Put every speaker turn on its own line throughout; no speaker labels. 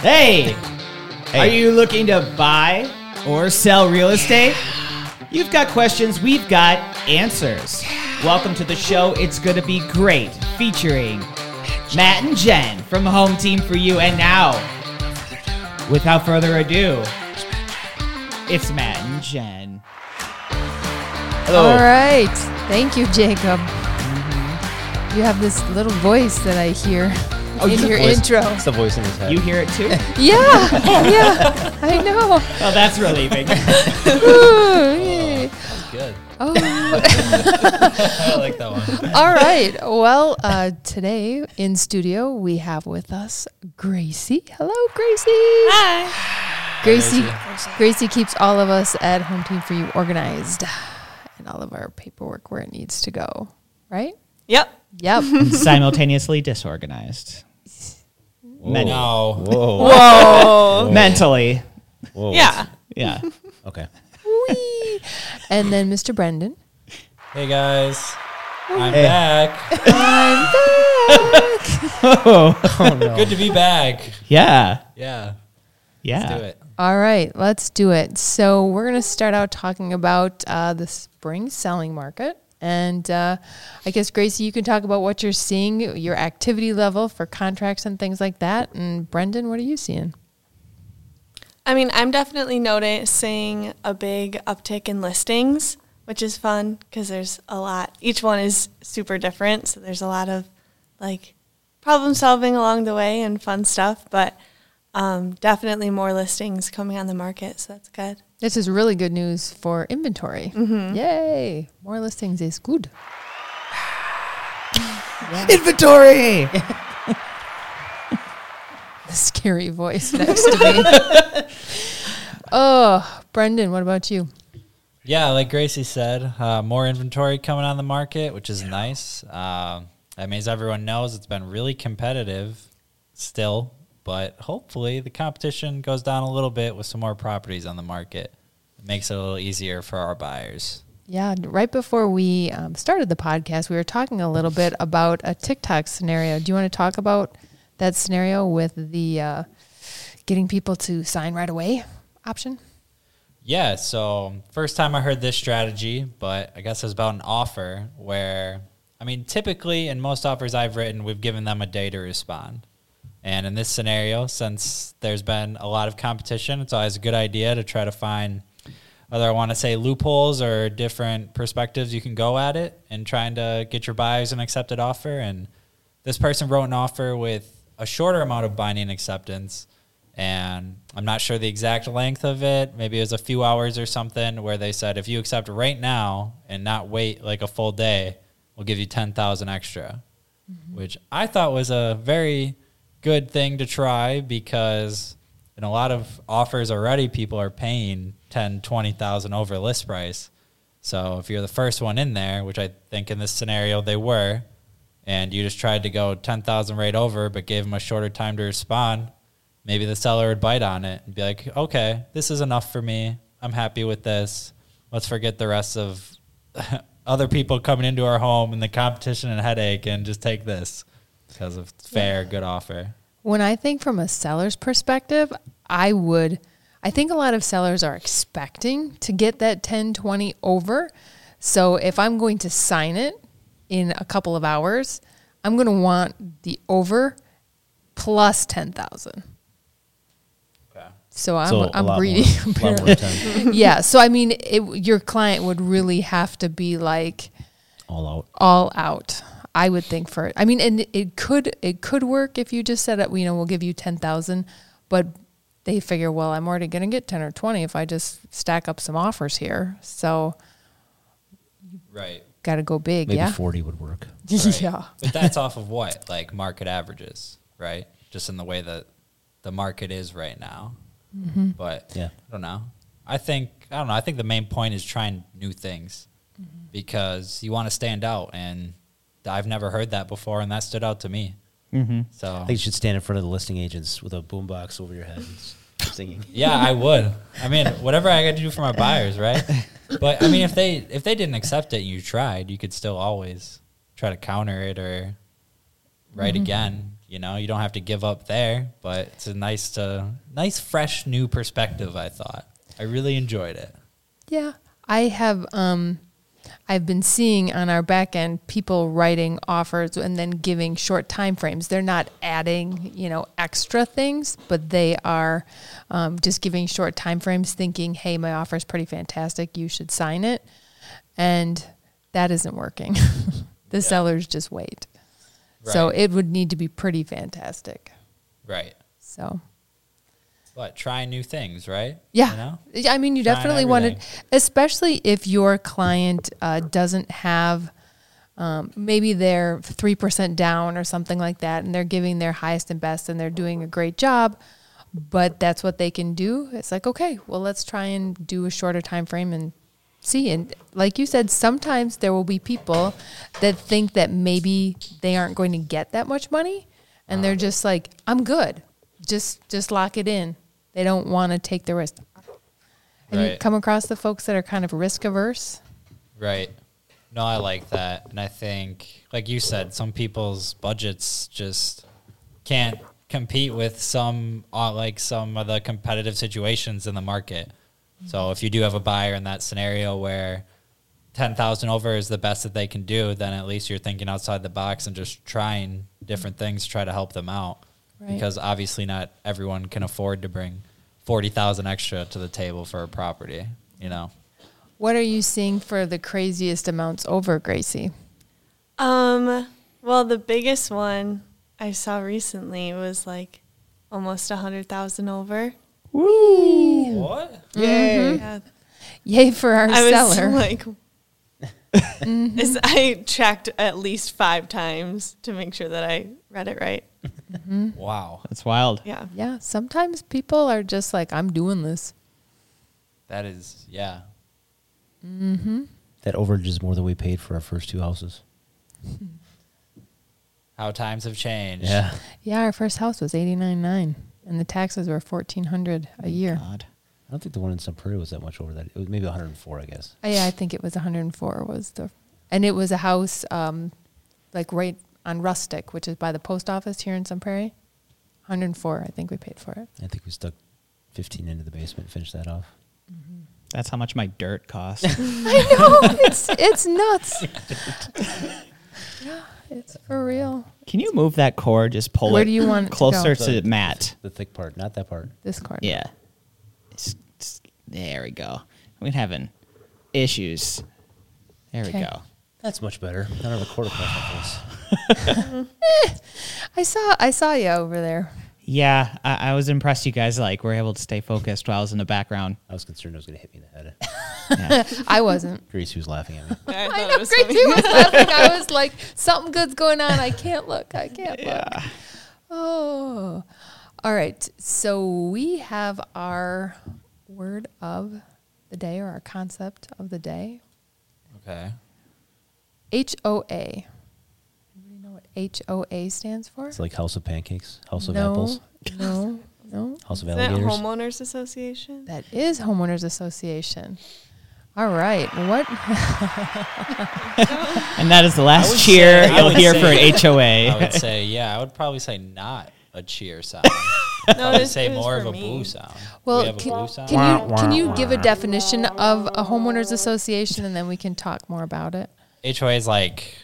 Hey,
Hey.
are you looking to buy or sell real estate? You've got questions, we've got answers. Welcome to the show. It's going to be great, featuring Matt and Jen from Home Team for You. And now, without further ado, it's Matt and Jen.
Hello.
All right. Thank you, Jacob. You have this little voice that I hear in
it's Oh, the
your
voice-
intro.
It's the voice in his head.
You hear it too?
Yeah, yeah, I know.
Oh, that's relieving.
Ooh, yay.
good.
Oh,
I like that one.
all right. Well, uh, today in studio we have with us Gracie. Hello, Gracie. Hi. Gracie, Gracie keeps all of us at Home Team for You organized and all of our paperwork where it needs to go. Right?
Yep.
Yep.
Simultaneously disorganized. Many.
No. Whoa.
Oh.
Whoa.
Mentally.
Whoa.
yeah.
Yeah.
Okay.
Whee! And then Mr. Brendan.
Hey guys. I'm back.
I'm back.
Good to be back.
Yeah.
Oh, Yeah. Ah.
Yeah.
Let's do it.
All right, let's do it. So we're going to start out talking about uh, the spring selling market. And uh, I guess, Gracie, you can talk about what you're seeing, your activity level for contracts and things like that. And Brendan, what are you seeing?
I mean, I'm definitely noticing a big uptick in listings, which is fun because there's a lot. Each one is super different. So there's a lot of like problem solving along the way and fun stuff. But um, definitely more listings coming on the market. So that's good.
This is really good news for inventory. Yay! More listings is good.
Inventory.
The scary voice next to me. oh, Brendan, what about you?
Yeah, like Gracie said, uh, more inventory coming on the market, which is nice. Um I mean, as everyone knows, it's been really competitive still, but hopefully the competition goes down a little bit with some more properties on the market. It makes it a little easier for our buyers.
Yeah, and right before we um, started the podcast, we were talking a little bit about a TikTok scenario. Do you want to talk about that scenario with the uh, getting people to sign right away option?
Yeah, so first time I heard this strategy, but I guess it was about an offer where, I mean, typically in most offers I've written, we've given them a day to respond. And in this scenario, since there's been a lot of competition, it's always a good idea to try to find whether I want to say loopholes or different perspectives you can go at it and trying to get your buyers an accepted offer. And this person wrote an offer with a shorter amount of binding acceptance. And I'm not sure the exact length of it. Maybe it was a few hours or something where they said, if you accept right now and not wait like a full day, we'll give you 10,000 extra which I thought was a very good thing to try because in a lot of offers already people are paying 10 20,000 over list price. So if you're the first one in there, which I think in this scenario they were, and you just tried to go 10,000 right over but gave them a shorter time to respond, maybe the seller would bite on it and be like, "Okay, this is enough for me. I'm happy with this. Let's forget the rest of other people coming into our home and the competition and headache and just take this because of fair, good offer.
When I think from a seller's perspective, I would, I think a lot of sellers are expecting to get that 10, 20 over. So if I'm going to sign it in a couple of hours, I'm going to want the over plus 10,000. So I'm, I'm greedy. apparently. yeah. So I mean, it, your client would really have to be like
All out.
all out. I would think for it. I mean, and it could it could work if you just said that you know we'll give you ten thousand, but they figure well I'm already going to get ten or twenty if I just stack up some offers here. So
Right.
got to go big. yeah.
40 would work.
Right.
Yeah.
But that's off of what? Like market averages, right? Just in the way that the market is right now. But
Yeah.
I don't know. I think I don't know. I think the main point is trying new things because you want to stand out, and I've never heard that before, and that stood out to me. Mm-hmm. So
I think you should stand in front of the listing agents with a boombox over your head and s- singing.
Yeah, I would. I mean, whatever I got to do for my buyers, right? But I mean, if they if they didn't accept it and you tried, you could still always try to counter it or write again. You know, you don't have to give up there, but it's a nice to nice fresh new perspective, I thought. I really enjoyed it.
Yeah, I have. Um, I've been seeing on our back end people writing offers and then giving short time frames. They're not adding, you know, extra things, but they are um, just giving short time frames, thinking, "Hey, my offer is pretty fantastic. You should sign it," and that isn't working. the sellers just wait. So
Right.
it would need to be pretty fantastic.
Right.
So.
But try new things, right?
Yeah.
You know?
Yeah, I mean, you
Trying
definitely want to,
everything.
especially if your client uh, doesn't have, um, maybe they're 3% down or something like that, and they're giving their highest and best and they're doing a great job, but that's what they can do. It's like, okay, well, let's try and do a shorter time frame and see. And like you said, sometimes there will be people that think that maybe they aren't going to get that much money, and they're just like, I'm good. Just just lock it in. They don't want to take the risk. Have you
Right.
come across the folks that are kind of risk averse?
Right. No, I like that. And I think, like you said, some people's budgets just can't compete with some, uh, like some of the competitive situations in the market. So if you do have a buyer in that scenario where 10,000 over is the best that they can do, then at least you're thinking outside the box and just trying different things, to try to help them out.
Right.
Because obviously not everyone can afford to bring 40,000 extra to the table for a property, you know?
What are you seeing for the craziest amounts over, Gracie?
Um, well, the biggest one I saw recently was like almost a hundred thousand over. Mm-hmm.
What?
Yay.
Yeah,
Yay for our
I was
seller.
like, mm-hmm. It's- I tracked at least five times to make sure that I read it right.
Wow,
That's wild.
Yeah,
yeah, sometimes people are just like, I'm doing this.
that is yeah.
That overage is more than we paid for our first two houses.
How times have changed.
Yeah, our first house was eighty nine nine, and the taxes were fourteen hundred a year.
God. I don't think the one in Sun Prairie was that much over that. It was maybe 104, I guess.
Oh, yeah, I think it was one hundred and four was the, and it was a house um, like right on Rustic, which is by the post office here in Sun Prairie. One hundred and four, I think we paid for it.
I think we stuck 15 into the basement, finished that off.
That's how much my dirt costs.
I know it's it's nuts. yeah, it's for real.
Can you move that cord? Just pull
Where
it
do you want it to
closer
go?
to, Matt.
The thick part, not that part.
This corner.
Yeah. It's- it's- there we go. We're having issues. There we
Okay.
go.
That's much better. I don't have a quarter across my face.
I saw I saw you over there.
Yeah, I, I was impressed. You guys like were able to stay focused while I was in the background.
I was concerned it was going to hit me in the head.
Yeah.
I wasn't.
Grace, who's laughing at me.
I thought
I
it
know.
was
Great
funny.
too was laughing. I was like, something good's going on. I can't look. I can't look. Oh. All right. So we have our word of the day or our concept of the day.
Okay.
HOA. Anybody know what HOA stands for?
It's like House of Pancakes, House of
no,
Apples,
No, no.
House of
Is that
Alligators.
homeowners association?
That is homeowners association. All right. What
and that is the last
would
cheer
say- I
you'll
would
hear
say-
for an HOA.
I would say yeah. I would probably say not a cheer sound. I would
it-
say
it was
more
for
of a
me.
boo sound.
Well,
we have
can,
a boo sound.
can you can you give a definition of a homeowners association, and then we can talk more about it?
HOAs like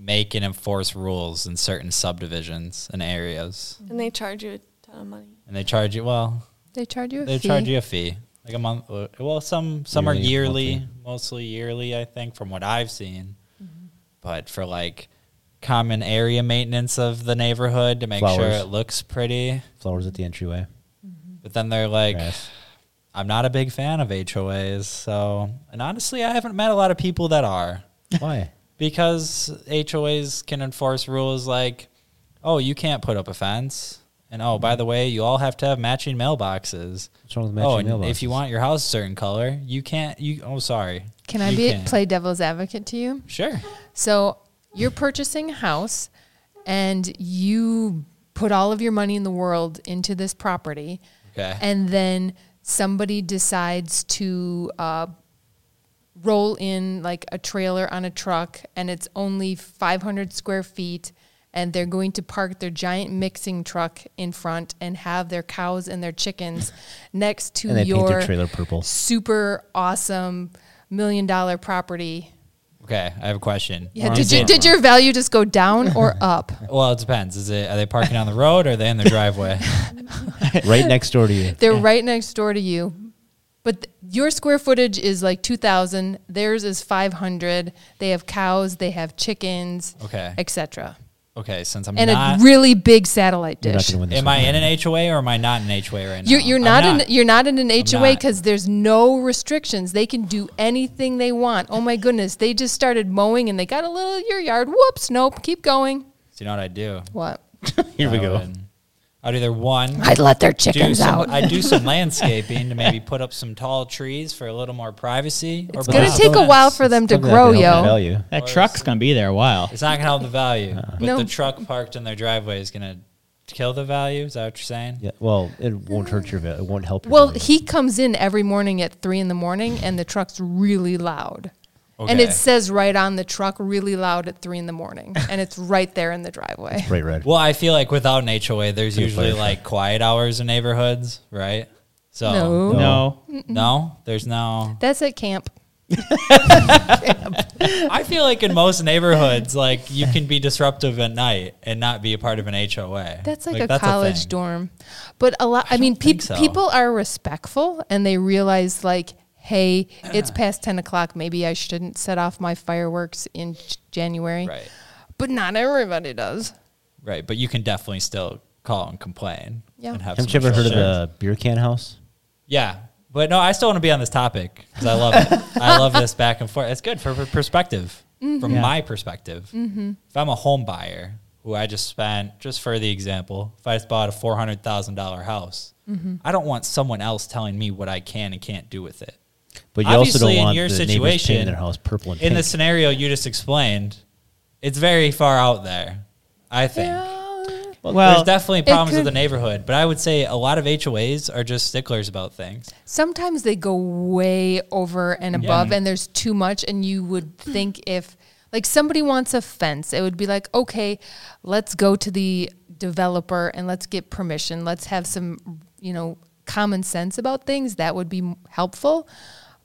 make and enforce rules in certain subdivisions and areas,
And they charge you a ton of money.
and they charge you. Well,
They charge you a
they
fee.
charge you a fee, like a month. uh, Well, some some are
Yearly,
yearly,
monthly.
mostly yearly. I think from what I've seen,
Mm-hmm.
but for like common area maintenance of the neighborhood to make sure
Flowers.
it looks pretty.
Flowers at the entryway.
But then they're like,
Grass.
I'm not a big fan of HOAs. So, and honestly, I haven't met a lot of people that are
Why?
because HOAs can enforce rules like, oh, you can't put up a fence. And oh, by the way, you all have to have matching mailboxes.
What's wrong with Mm-hmm. matching
oh, and
mailboxes?
if you want your house a certain color, you can't. You oh, sorry.
Can I
You
be
can't.
play devil's advocate to you?
Sure.
So you're purchasing a house, and you put all of your money in the world into this property,
Okay.
and then somebody decides to uh, roll in like a trailer on a truck and it's only 500 square feet and they're going to park their giant mixing truck in front and have their cows and their chickens next to
And they paint
your
their trailer purple.
super awesome million dollar property.
Okay, I have a question.
Yeah,
Or
did
is
you
it-
did your value just go down or up?
Well, it depends. Is it are they parking on the road or are they in their driveway?
right next door to you.
They're right next door to you. But th- your square footage is like 2000, theirs is 500. They have cows, they have chickens,
Okay.
etc.
Okay, since I'm
And
not,
a really big satellite
You're not
dish.
gonna win this
am
one.
I in an HOA or am I not in an HOA right now?
You're, you're
I'm
not, in you're not in an HOA
not.
because there's no restrictions. They can do anything they want. Oh my goodness! They just started mowing and they got a little of your yard. Whoops! Nope. Keep going.
So you know what I do?
What?
Here we
I
go.
would- I'd either one
I'd let their
do
chickens
some,
out.
I do some landscaping to maybe put up some tall trees for a little more privacy.
it's
or
gonna
build
take a
fence.
while for them to
Look at that
grow,
deal.
yo.
Value.
That truck's gonna be there a while.
It's not gonna help the value, but
No.
the truck parked in their driveway is gonna kill the value. Is that what you're saying?
Yeah, well, it won't hurt your. va- It won't help. Your
Well,
value.
he comes in every morning at three in the morning, and the truck's really loud. And
Okay.
it says right on the truck, really loud at three in the morning, and it's right there in the driveway.
right, red.
Well, I feel like without an HOA, there's
Pretty
usually
clear.
like quiet hours in neighborhoods, right? So
No.
No.
no, there's no.
That's at camp.
I feel like in most neighborhoods, like you can be disruptive at night and not be a part of an HOA.
That's like, a
that's
college
thing.
dorm. But a lot, I, mean,
don't think
peop
so.
people are respectful and they realize, like, hey, it's past 10 o'clock. Maybe I shouldn't set off my fireworks in J- January.
Right,
But not everybody does.
right. But you can definitely still call and complain.
Yeah.
And have
Haven't you
some
ever heard of
control.
the beer can house?
Yeah. But no, I still want to be on this topic because I love it. I love this back and forth. It's good for, for perspective,
Mm-hmm.
from
Yeah.
my perspective. If I'm a home buyer who I just spent, just for the example, if I just bought a four hundred thousand dollar house,
Mm-hmm.
I don't want someone else telling me what I can and can't do with it.
But you also
Obviously,
don't
in
want
your
the neighbors painting
situation,
their house purple and
In the
pink.
scenario you just explained, it's very far out there. I think.
Yeah.
Well,
There's definitely
it
problems with the
could-
neighborhood, but I would say a lot of HOAs are just sticklers about things.
Sometimes they go way over and above, and there's too much. And you would think if, like, somebody wants a fence, it would be like, okay, let's go to the developer and let's get permission. Let's have some, you know, common sense about things. That would be m- helpful.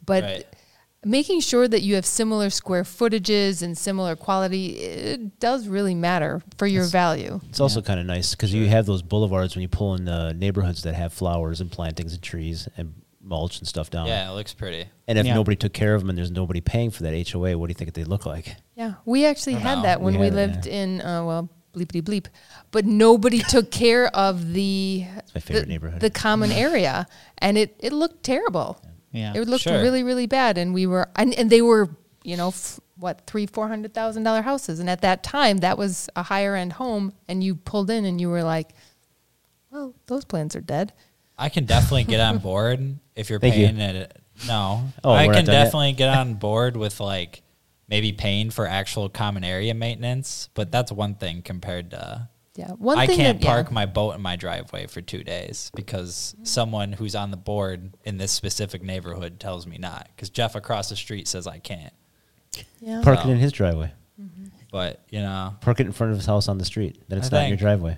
But
Right.
making sure that you have similar square footages and similar quality, it does really matter for your value.
It's also kind of nice because you have those boulevards when you pull in the neighborhoods that have flowers and plantings and trees and mulch and stuff down.
Yeah, it looks pretty.
And if
Yeah.
nobody took care of them and there's nobody paying for that HOA, what do you think they look like?
Yeah, we actually had
know.
that when
We
we,
had it,
lived in uh, well bleepity bleep, but nobody took care of the
my favorite
the,
neighborhood.
the common area, and it it looked terrible.
Yeah.
it looked
Sure.
really really bad, and we were and, and they were you know f- what three four hundred thousand dollar houses, and at that time that was a higher end home, and you pulled in and you were like, well, those plans are dead.
I can definitely get on board if you're
Thank you.
paying it. No,
Oh,
I
we're not
can
done yet.
definitely get on board with like maybe paying for actual common area maintenance, but that's one thing compared to.
Yeah, one
I
thing
can't
that, yeah. Mm-hmm.
park my boat in my driveway for two days because someone who's on the board in this specific neighborhood tells me not. Because Jeff across the street says I can't.
Yeah.
Park it in his driveway.
But you know,
Park it in front of his house on the street. Then it's
I
not in your
think-
driveway.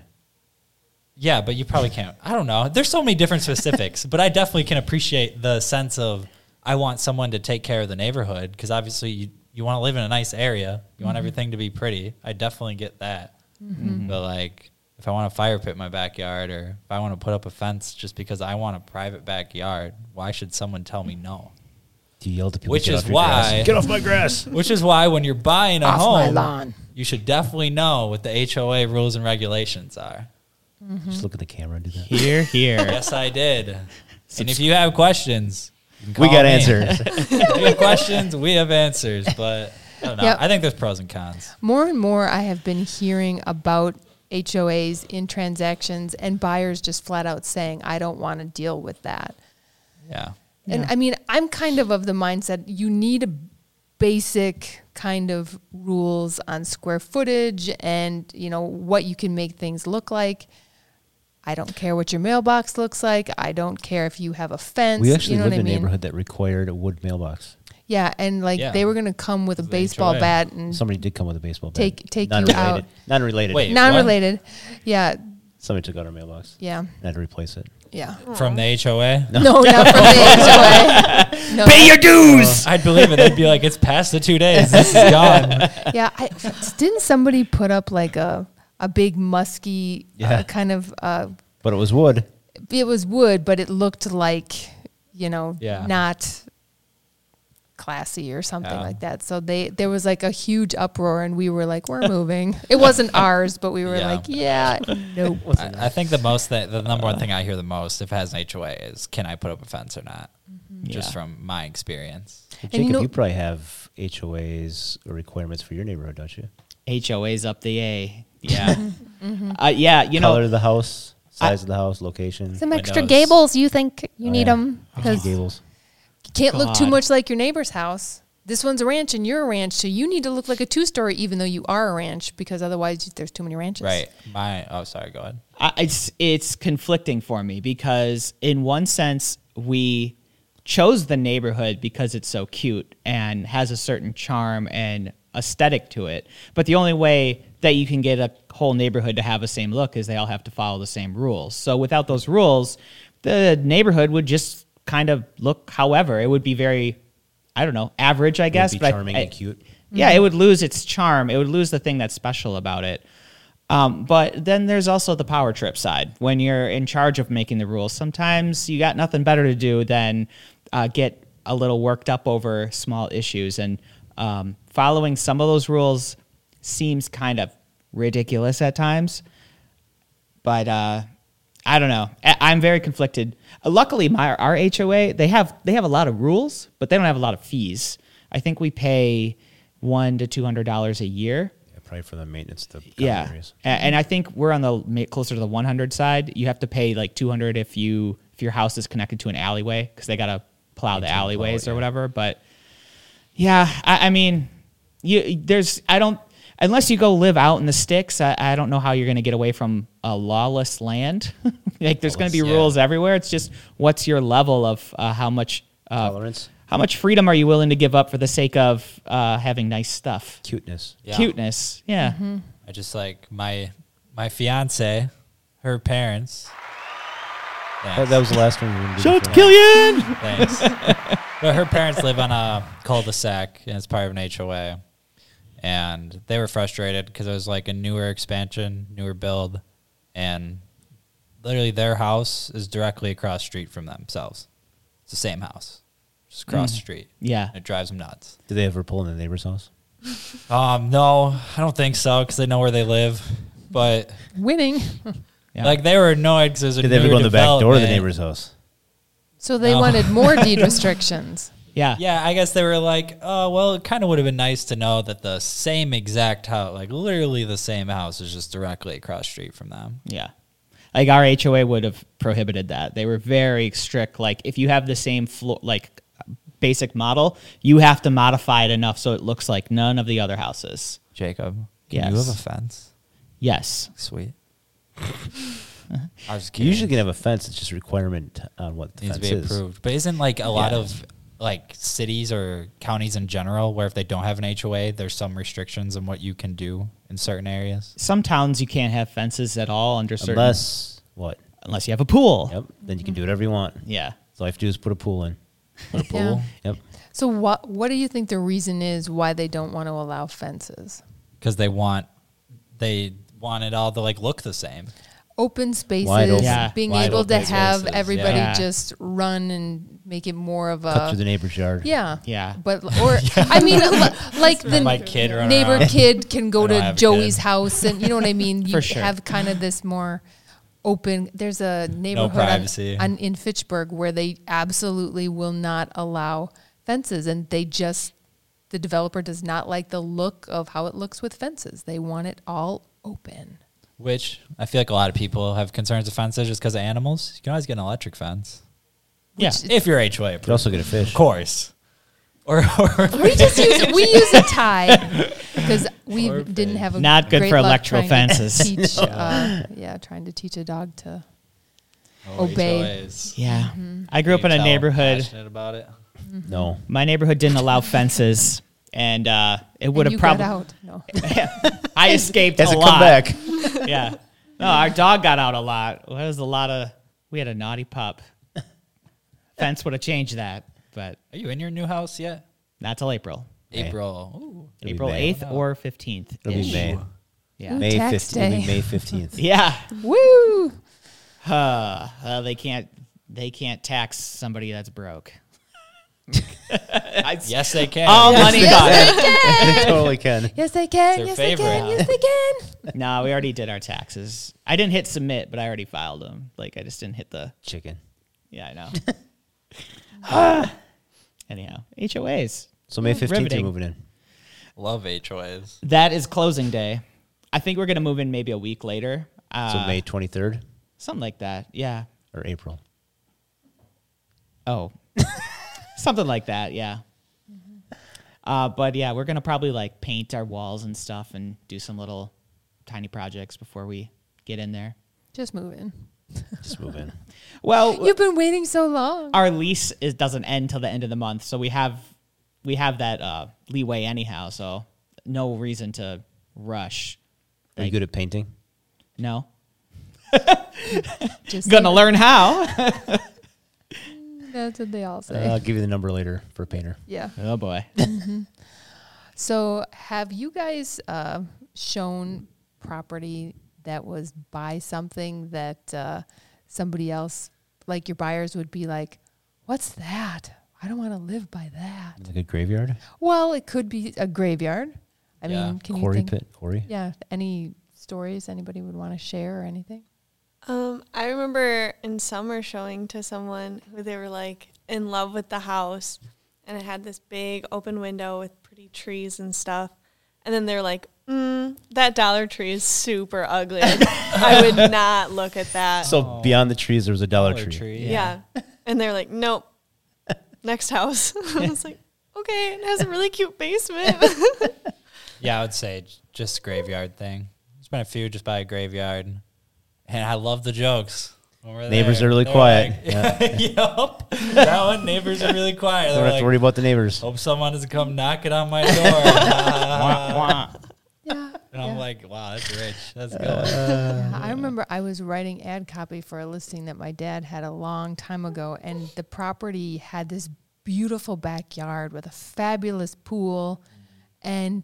yeah, but you probably can't. I don't know. There's so many different specifics, but I definitely can appreciate the sense of I want someone to take care of the neighborhood because obviously you, you want to live in a nice area. You
Mm-hmm.
want everything to be pretty. I definitely get that.
Mm-hmm.
But like, if I want a fire pit in my backyard or if I want to put up a fence just because I want a private backyard, why should someone tell me no?
Do you yell to people?
Which
"Get
is
off your grass"?
why-
Get off my grass.
Which is why when you're buying a
Off my
home,
lawn.
you should definitely know what the HOA rules and regulations are.
Just look at the camera and do that.
Here, here.
Yes, I did. and if you have questions, you can
We
call
got
me.
answers.
if you have questions, we have answers. But I don't know.
Yep.
I think there's pros and cons.
More and more, I have been hearing about HOAs in transactions and buyers just flat out saying, I don't want to deal with that.
Yeah.
And I mean, I'm kind of of the mindset you need a basic kind of rules on square footage and, you know, what you can make things look like. I don't care what your mailbox looks like. I don't care if you have a fence.
we actually
you know what
lived
I
in a
mean?
neighborhood that required a wood mailbox.
Yeah, and like
Yeah.
they were going to come with a
The
baseball
HOA.
bat and
Somebody did come with a baseball bat.
Mm. Take- take you
Non-related.
out.
Non-related.
Wait.
non-related. Yeah,
Somebody took out our mailbox.
yeah,
I had to replace it.
yeah.
from the HOA.
No, not from the HOA. No.
Pay your dues.
I'd believe it. They'd be like, it's past the two days. This is gone.
yeah, I, didn't somebody put up like a a big musky
Yeah.
uh, kind of? Uh,
But it was wood.
it was wood, but it looked like you know
Yeah.
not classy or something
Yeah.
like that. So they there was like a huge uproar, and we were like, we're moving. It wasn't ours, but we were
Yeah.
like, yeah, nope.
I, I think the most that the number one thing I hear the most if it has an HOA is can I put up a fence or not? Just
Yeah.
from my experience.
Jacob,
you
you,
know-
probably have HOAs or requirements for your neighborhood, don't you?
HOA's up the A. Yeah.
Mm-hmm.
Uh, yeah, you know,
Color of the house, size of the house, location.
Some extra
Windows.
gables. You think you
Oh,
need
yeah.
them
Extra
because
gables.
can't look too
God.
much like your neighbor's house. This one's a ranch and you're a ranch, so you need to look like a two story, even though you are a ranch, because otherwise there's too many ranches.
Right. My oh sorry, go ahead.
I, it's it's conflicting for me because in one sense we chose the neighborhood because it's so cute and has a certain charm and aesthetic to it. But the only way that you can get a whole neighborhood to have the same look is they all have to follow the same rules. So without those rules, the neighborhood would just kind of look however. It would be very I don't know, average I guess,
be
but I-
charming
I-
and cute.
yeah, it would lose its charm. It would lose the thing that's special about it. Um, but then there's also the power trip side. When you're in charge of making the rules, sometimes you got nothing better to do than uh, get a little worked up over small issues. And um, following some of those rules seems kind of ridiculous at times but uh, I don't know. I- I'm very conflicted. Uh, luckily, my our HOA they have they have a lot of rules, but they don't have a lot of fees. I think we pay one to two hundred dollars a year.
Yeah, probably for the maintenance. The
Yeah,
areas.
A- and I think we're on the ma- closer to the one hundred side. You have to pay like two hundred if you if your house is connected to an alleyway because they gotta plow the
Maintain, plow it,
alleyways or
yeah.
whatever. But yeah, I, I mean, you there's I don't unless you go live out in the sticks. I, I don't know how you're going to get away from a lawless land. like there's going to be
Lawless, yeah.
rules everywhere. It's just what's your level of uh, how much uh,
Tolerance.
how much freedom are you willing to give up for the sake of uh, having nice stuff,
Cuteness.
Yeah.
cuteness? Yeah,
I just like my my fiance, her parents.
That,
Thanks.
that was the last one. We were gonna do before.
Killian.
Thanks. but her parents live on a cul-de-sac, and it's part of an HOA. And they were frustrated because it was like a newer expansion, newer build, and literally their house is directly across street from themselves. It's the same house, just
Hmm.
across the street.
Yeah.
it drives them nuts.
Did they ever pull in the neighbor's house?
Um, no, I don't think so because they know where they live. But
Winning.
Yeah.
like they were annoyed because there's a
Did they ever
newer
go in the back door of the
development.
neighbor's house?
So they
No.
wanted more deed restrictions.
Yeah.
Yeah, I guess they were like, oh, well, it kind of would have been nice to know that the same exact house, like literally the same house, is just directly across street from them.
Yeah. Like our HOA would have prohibited that. They were very strict. Like if you have the same floor, like basic model, you have to modify it enough so it looks like none of the other houses.
Jacob,
can you Yes. have a
fence?
Yes.
Sweet. I was just
You usually can have a fence. It's just a requirement on what the
needs to
fence
be
is.
approved, but isn't like a lot
Yeah.
of like cities or counties in general where if they don't have an HOA, there's some restrictions on what you can do in certain areas.
Some towns you can't have fences at all under certain
Unless what?
unless you have a pool.
Yep. Then you can do whatever you want.
Yeah.
So all you have to do is put a pool in.
Put a
Yeah.
pool
Yep.
So what what do you think the reason is why they don't want to allow fences?
because they want they want it all to like look the same.
Open spaces,
open.
Yeah.
being
Wide
able to
open
have
spaces,
everybody
yeah.
just run and make it more of
Cut
a
through the neighbor's yard.
Uh, yeah
Yeah.
But or I mean, li- like the
My kid running
neighbor
around.
kid can go
I don't
to
have a
Joey's
kid.
house, and you know what I mean. You
For sure.
have kind of this more open. There's a neighborhood on-
privacy.
on, in Fitchburg where they absolutely will not allow fences, and they just the developer does not like the look of how it looks with fences. They want it all open.
Which I feel like a lot of people have concerns with fences just because of animals. You can always get an electric fence
Yeah.
Which-
if you're HOA
You could
approved,
also get a
of
fish.
course. Or, or
We just use we use a tie because we
Or
didn't have a
Not good
great
for
luck
electro
trying to
fences.
Teach, uh, yeah, trying to teach a dog to Obey.
HOAs. Oh,
Yeah. I grew up
You
in a
tell I'm
Mm-hmm.
neighborhood
passionate about it.
No.
My neighborhood didn't allow fences, and uh, it would
And
have
you
probably.
got out. No.
I escaped
As
a
a
lot.
comeback.
yeah. No, our dog got out a lot. There was a lot of. We had a naughty pup. Fence would have changed that, but
Are you in your new house yet?
not till April.
April. Ooh.
It'll be
April
May.
eighth or fifteenth.
It'll be May.
Yeah.
May
Tax
15th. It'll
day.
be May 15th.
Yeah.
Woo!
Uh, uh, they can't. They can't tax somebody that's broke. I,
Yes, they
Oh,
can.
Um,
All money gone.
they totally can.
Yes, they can.
It's
Yes,
their
they can.
favorite.
Yes, they can.
nah, we already did our taxes. I didn't hit submit, but I already filed them. Like I just didn't hit the.
Chicken.
Yeah, I know. Anyhow, HOAs.
So May 15th, you're
Riveting.
moving in.
Love HOAs.
That is closing day. I think we're gonna move in maybe a week later. Uh,
So May 23rd
something like that. Yeah.
or April.
Oh, something like that. Yeah. Uh, but yeah, we're gonna probably like paint our walls and stuff and do some little tiny projects before we get in there.
Just move in.
Just move in.
Well,
You've been waiting so long.
our lease is doesn't end till the end of the month, so we have we have that uh, leeway anyhow. So no reason to rush.
Are you good at painting?
No,
Just
gonna learn how.
That's what they all say.
Uh, I'll give you the number later for a painter.
yeah.
oh boy.
So, have you guys uh, shown property that was by something that uh, somebody else, like your buyers, would be like, "What's that? I don't want to live by that."
Like a graveyard?
Well, it could be a graveyard. I
Yeah.
mean, can
Quarry
you think?
pit? Quarry?
Yeah. Any stories anybody would want to share or anything?
Um, I remember in summer showing to someone who they were like in love with the house, and it had this big open window with pretty trees and stuff. And then they're like, mm, "That Dollar Tree is super ugly. I would not look at that."
So beyond the trees, there was a dollar,
Dollar
tree.
Tree.
yeah. and they're like, "Nope, next house." I was like, "Okay, it has a really cute basement."
Yeah, I would say j- just graveyard thing. It's been a few just by a graveyard, and I love the jokes. When we're
Neighbors
there,
are really
they're
quiet.
like- yup, that one. Neighbors are really quiet.
Don't
They're
have
like,
to worry about the neighbors.
hope someone doesn't come knocking on my door.
Wah, wah.
Yeah.
and I'm
yeah.
like, wow, that's rich. That's good.
Uh, Yeah, I remember I was writing ad copy for a listing that my dad had a long time ago, and the property had this beautiful backyard with a fabulous pool, and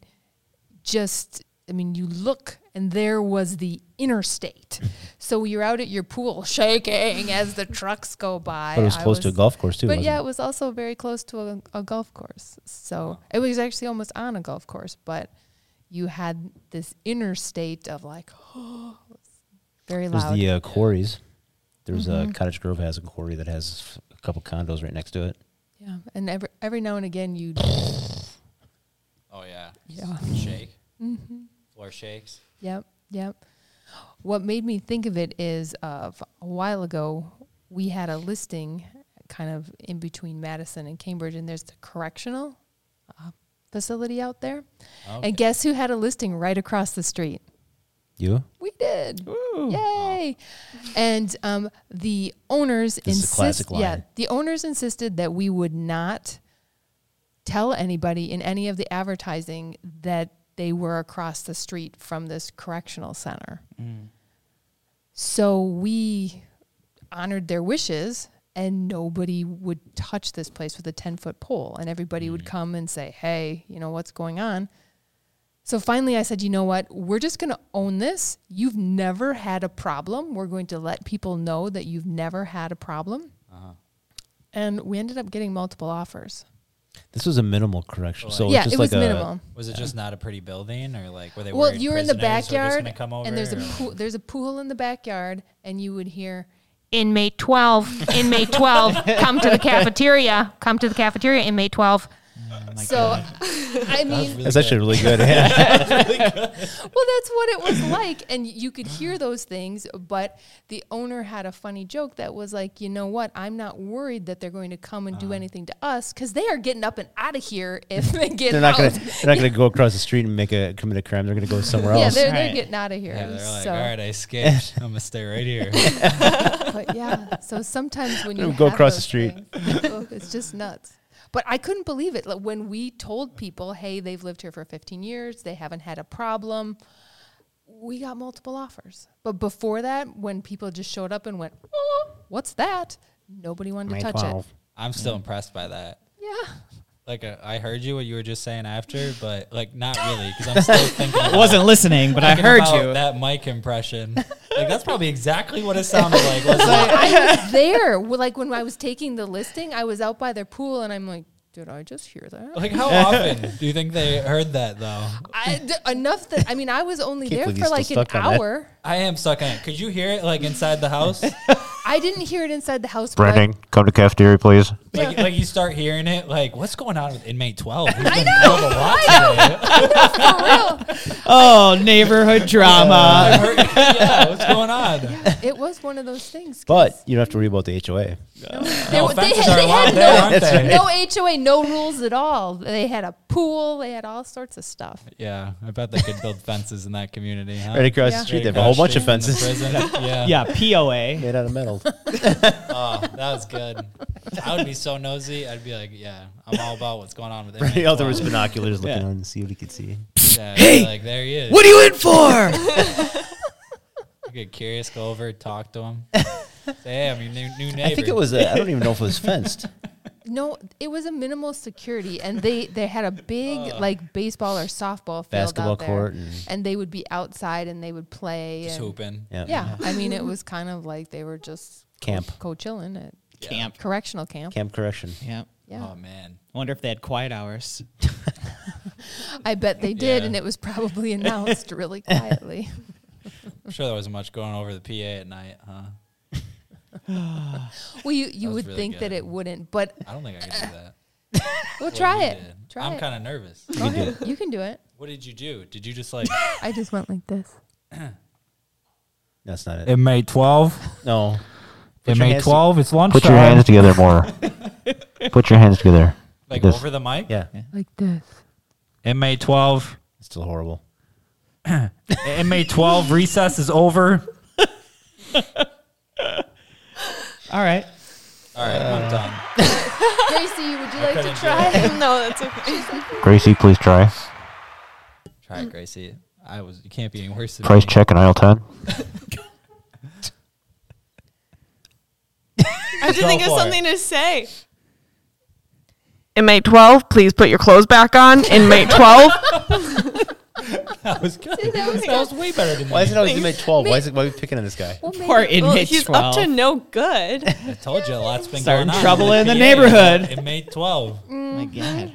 just I mean, you look and there was the interstate. so you're out at your pool shaking as the trucks go by.
But it was
I
close to a golf course, too.
But
wasn't
yeah,
it?
it was also very close to a, a golf course. So it was actually almost on a golf course, but you had this interstate of like, oh, very
There's
loud.
the uh, quarries. There's
Mm-hmm.
a Cottage Grove has a quarry that has a couple condos right next to it.
yeah, and every every now and again you,
Oh yeah.
Yeah. Mm-hmm.
Shake. Floor shakes.
yep, yep. What made me think of it is of a while ago we had a listing, kind of in between Madison and Cambridge, and there's the correctional uh, facility out there,
Okay.
and guess who had a listing right across the street?
You?
We did. Yay. And um, the owners
This is a classic
insist- yeah,
line.
the owners insisted that we would not tell anybody in any of the advertising that they were across the street from this correctional center.
Mm.
So we honored their wishes and nobody would touch this place with a 10 foot pole and everybody
Mm.
would come and say, "Hey, you know what's going on?" So finally, I said, you know what? We're just going to own this. You've never had a problem. We're going to let people know that you've never had a problem.
Uh-huh.
And we ended up getting multiple offers.
This was a minimal correction. So
yeah,
just
it was
like
minimal.
Was it just not a pretty building, or like were they?
Well,
worried
you were in the
prisoners were just
backyard,
gonna come over,
and there's a
or-
pool, there's a pool in the backyard, and you would hear
inmate 12 inmate 12 come to the cafeteria come to the cafeteria inmate 12
Oh
so. I mean,
A, that's actually really good. Yeah.
Well, that's what it was like. And you could hear those things, but the owner had a funny joke that was like, you know what? I'm not worried that they're going to come and
Uh-huh.
do anything to us because they are getting up and out of here if they get
they're not
out.
gonna they're not gonna go across the street and make a commit a crime. They're gonna go somewhere
yeah,
else.
they're,
Right.
they're getting out of here.
Yeah, they're like,
so,
all right, I skipped. I'm gonna stay right here.
but yeah, so sometimes when you
Go
have
across
those
the street.
things, oh, it's just nuts. But I couldn't believe it. Like, when we told people, hey, they've lived here for 15 years, they haven't had a problem, we got multiple offers. But before that, when people just showed up and went, oh, what's that? Nobody wanted to touch it.
I'm still impressed by that.
Yeah.
Like uh, I heard you what you were just saying after, but like not really because I'm still thinking. About,
wasn't listening, but I
thinking
heard
about
you.
that mic impression. Like that's probably exactly what it sounded like. wasn't it?
I was there. Well, Like when I was taking the listing, I was out by their pool and I'm like, did I just hear that?
Like how often do you think they heard that though?
I d enough that, I mean, I was only
Can't
there
believe
for
he's
like
still
an
stuck on that.
hour.
I am stuck on it. Could you hear it like inside the house?
I didn't hear it inside the house. but-
Brendan, come to cafeteria, please.
Like, like you start hearing it, like what's going on with inmate twelve? He's been
know,
killed a lot today.
For
Oh, neighborhood drama.
I've heard- yeah, what's going on?
real. It was one of those things. 'cause
But you don't have to worry about the
they,
HOA.
No,
were- they
Oh, fences
had,
are
they
allowed
had
there, aren't
That's
they?
right.
no HOA, no rules at all. They had a pool. They had all sorts of stuff.
Yeah, I bet they could build fences in that community. Huh?
Right across
Yeah.
the street, they have a whole bunch of
Across the
fences
street from the prison. yeah.
yeah, POA.
made out of metal.
Oh, that was good. I would be so nosy. I'd be like, yeah, I'm all about what's going on with inmate
Right out there was
12.
binoculars looking
Yeah.
on to see what he could see.
Yeah, I'd be like there he is.
are you in for?
You get curious, go over, talk to him. Say, hey, I'm your new, new neighbor.
I think it was. uh, I I don't even know if it was fenced.
No, it was a minimal security, and they they had a big like baseball or softball field
Basketball
out there,
court and-
and they would be outside and they would play.
Just
and-
hooping.
Yeah.
yeah, I mean, it was kind of like they were just
Camp.
co chilling at
Camp.
correctional camp.
Camp correction.
Yeah.
Yeah,
Oh man.
Wonder if they had quiet hours.
I bet they did,
Yeah.
and it was probably announced really quietly.
I'm sure there wasn't much going over the PA at night, huh?
Well, you, you
was
would
really
think that
good.
it wouldn't, but
I don't think I could do that.
we'll
What
try
you
it.
did.
Try
I'm
it.
kind of nervous.
Go ahead. You can do it.
What did you do? Did you just like
I just went like this.
That's not it.
Inmate 12.
No. Put your
Inmate
hands to-
12. It's lunchtime.
Put your hands together more. Put your hands together.
like
This.
over the mic?
Yeah.
Like this.
Inmate 12.
It's still horrible.
Inmate 12. Recess is over.
All right.
All right, I'm done.
Gracie, would you like to
couldn't do
try?
no, that's okay.
Gracie, please try.
Try it, Gracie. I was. You can't be any worse than
Price
me.
check in aisle 10.
I have to think of
for it.
something to say.
Inmate 12, please put your clothes back on. Inmate 12,
That was good.
that was
That was way better than
Why
that.
is it always inmate twelve? Why is it? Why are we picking on this guy?
Well, maybe-
Poor
Well,
inmate
he's
12.
up to no good.
I told you a lot's been
Starting
going on.
trouble in the
PA.
neighborhood.
Inmate 12.
Oh my God.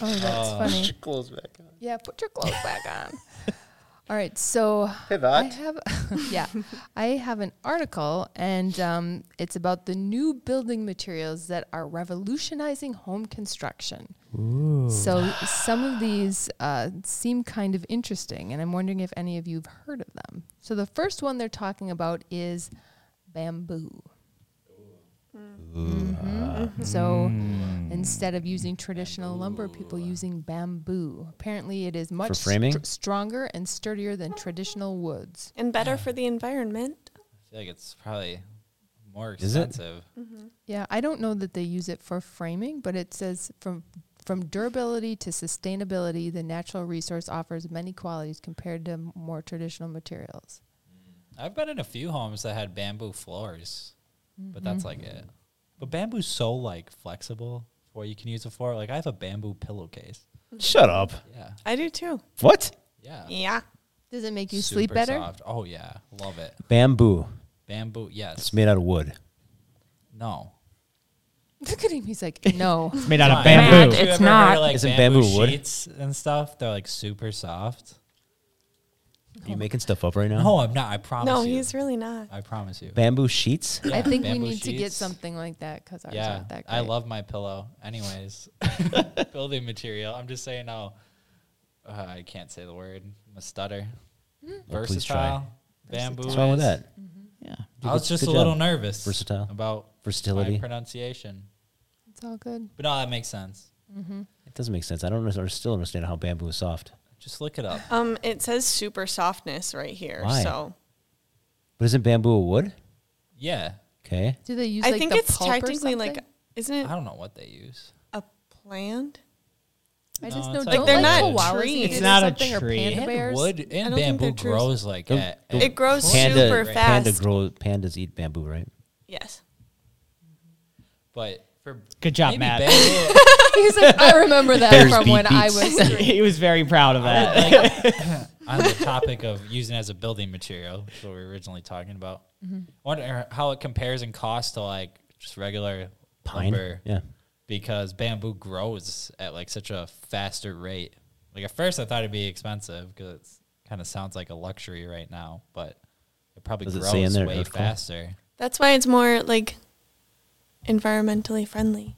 Oh, that's
Uh,
funny.
Close back on.
Yeah, put your clothes back on. All right, so I
Pivot.
have yeah, I have an article, and um, it's about the new building materials that are revolutionizing home construction. So some of these uh, seem kind of interesting, and I'm wondering if any of you've heard of them. So the first one they're talking about is bamboo. Mhm. So instead of using traditional lumber, people using bamboo. Apparently, it is much str-
framing?
stronger and sturdier than traditional woods.
And better for the environment.
I feel like it's probably more
Is it?
expensive.
Yeah, I don't know that they use it for framing, but it says from from durability to sustainability, the natural resource offers many qualities compared to m- more traditional materials.
I've been in a few homes that had bamboo floors, but that's like it. But bamboo's so like flexible for what you can use it for. Like I have a bamboo pillowcase.
Shut up.
Yeah,
I do too.
What?
yeah.
Yeah.
Does it make you
Super
sleep better?
soft. Oh yeah, love it.
Bamboo.
Bamboo. Yes.
It's made out of wood.
No.
Look at him. He's like, no.
It's made out of
Fine.
Matt,
bamboo.
You
it's
ever heard
not.
of, like,
Isn't
bamboo,
bamboo wood?
sheets and stuff? They're like super soft.
Are you making stuff up right now?
No, I'm not. I promise.
No,
you.
he's really not.
I promise you.
Bamboo sheets.
I
Yeah,
think we
bamboo
need to get
sheets.
something like that because ours
Yeah,
aren't that great.
I love my pillow. Anyways, building material. I'm just saying. Oh, uh, I can't say the word. I'm a stutter.
Hmm.
Well, please
Versatile. Bamboo.
What's wrong with
is-
that?
Yeah.
I was
good-
just
good
a little
job.
nervous.
Versatile.
about
Versatility.
my pronunciation,
It's all good.
but no, that makes sense.
It doesn't make sense. I don't under- still understand how bamboo is soft.
Just look it up.
Um, it says super softness right here.
Why?
So
But isn't bamboo a wood?
Yeah,
Okay.
Do they use?
I
like,
think
the
it's
pulp or
technically like,
something?
isn't
I
it
don't know what they use.
a land?
I just
No,
know
it's
don't
like-
like,
They're
not
koalas
trees.
either,
It's not a
something, or
tree.
panda
It
bears.
Wood and
I don't think
bamboo
they're trees.
grows like
Don't-
that.
don't-
It grows
Panda,
super fast.
Panda grow, pandas eat bamboo, right?
Yes.
But for
Good job,
maybe
Matt.
bamboo,
He's like, I remember that
Bears
from
beat
when I
beats.
was.
he was very proud of that.
on the topic of using it as a building material, which is what we were originally talking about. I wonder how it compares in cost to like just regular
Pine.
lumber.
Yeah.
Because bamboo grows at like such a faster rate. Like at first, I thought it'd be expensive because it kind of sounds like a luxury right now, but it probably
Does it
grows
say in there
way
Earth Core?
faster.
That's why it's more like environmentally friendly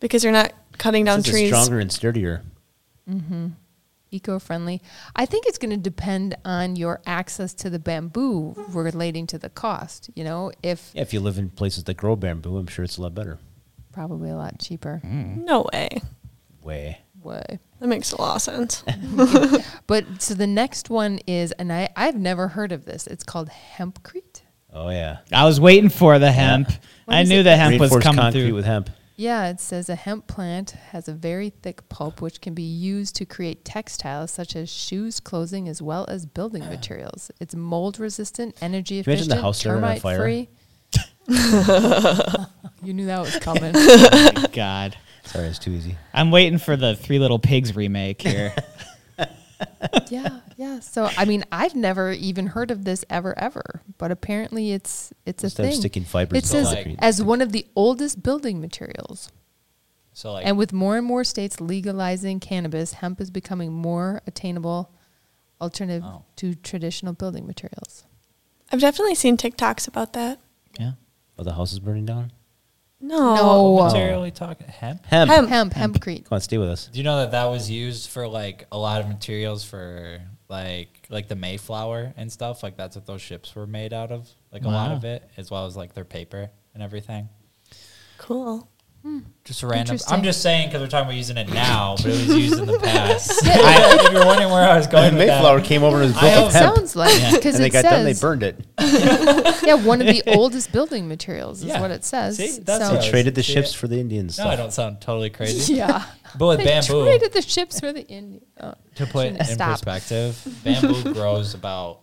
because you're not cutting down
Since it's
trees.
stronger and sturdier.
eco-friendly. I think it's going to depend on your access to the bamboo relating to the cost. You know, if
Yeah, if you live in places that grow bamboo, I'm sure it's a lot better.
probably a lot cheaper
Mm-hmm.
No way.
Way.
way.
That makes a lot of sense.
But so the next one is, and I I've never heard of this. It's called hempcrete.
Oh yeah.
I was waiting for the hemp. I
is
knew
it?
the hemp was
Reinforced
coming
concrete
through.
with hemp.
Yeah, it says a hemp plant has a very thick pulp which can be used to create textiles such as shoes, clothing, as well as building materials. It's mold resistant, energy
Can you imagine
efficient,
the house started on
termite
fire?
free. you knew that was coming.
God,
Sorry, it's too easy.
I'm waiting for the Three Little Pigs remake here.
yeah, yeah. So I mean, I've never even heard of this ever, ever. But apparently, it's it's a
Instead of
thing.
sticking fibers
It
in
says
concrete.
as one of the oldest building materials,
So like
and with more and more states legalizing cannabis, hemp is becoming more attainable alternative
Oh.
to traditional building materials.
I've definitely seen TikToks about that.
yeah.
Oh, the house is burning down.
Oh. No.
No.
materially talking hemp.
Hemp.
Hemp.
Hemp, hempcrete.
Come on, stay with us.
Do you know that that was used for like a lot of materials for like like the Mayflower and stuff? Like that's what those ships were made out of. Like a lot
Wow.
of it, as well as like their paper and everything.
Cool.
Just random.
Interesting.
I'm just saying because we're talking about using it now, but it was used in the past. I, if you're wondering where I was going, with that,
Mayflower came over and was built
I
with
It
Oh, hemp.
sounds like because
And they
it
got done, they
says
burned it.
yeah one of the oldest building materials is
Yeah.
what it says.
See, that's
so,
what I
They
was-
traded the
See
ships
it?
for the Indians.
No, I don't sound totally crazy.
yeah,
But with
they
bamboo,
traded the ships for the Indian. Oh.
to put in
Shouldn't stop.
perspective, bamboo grows about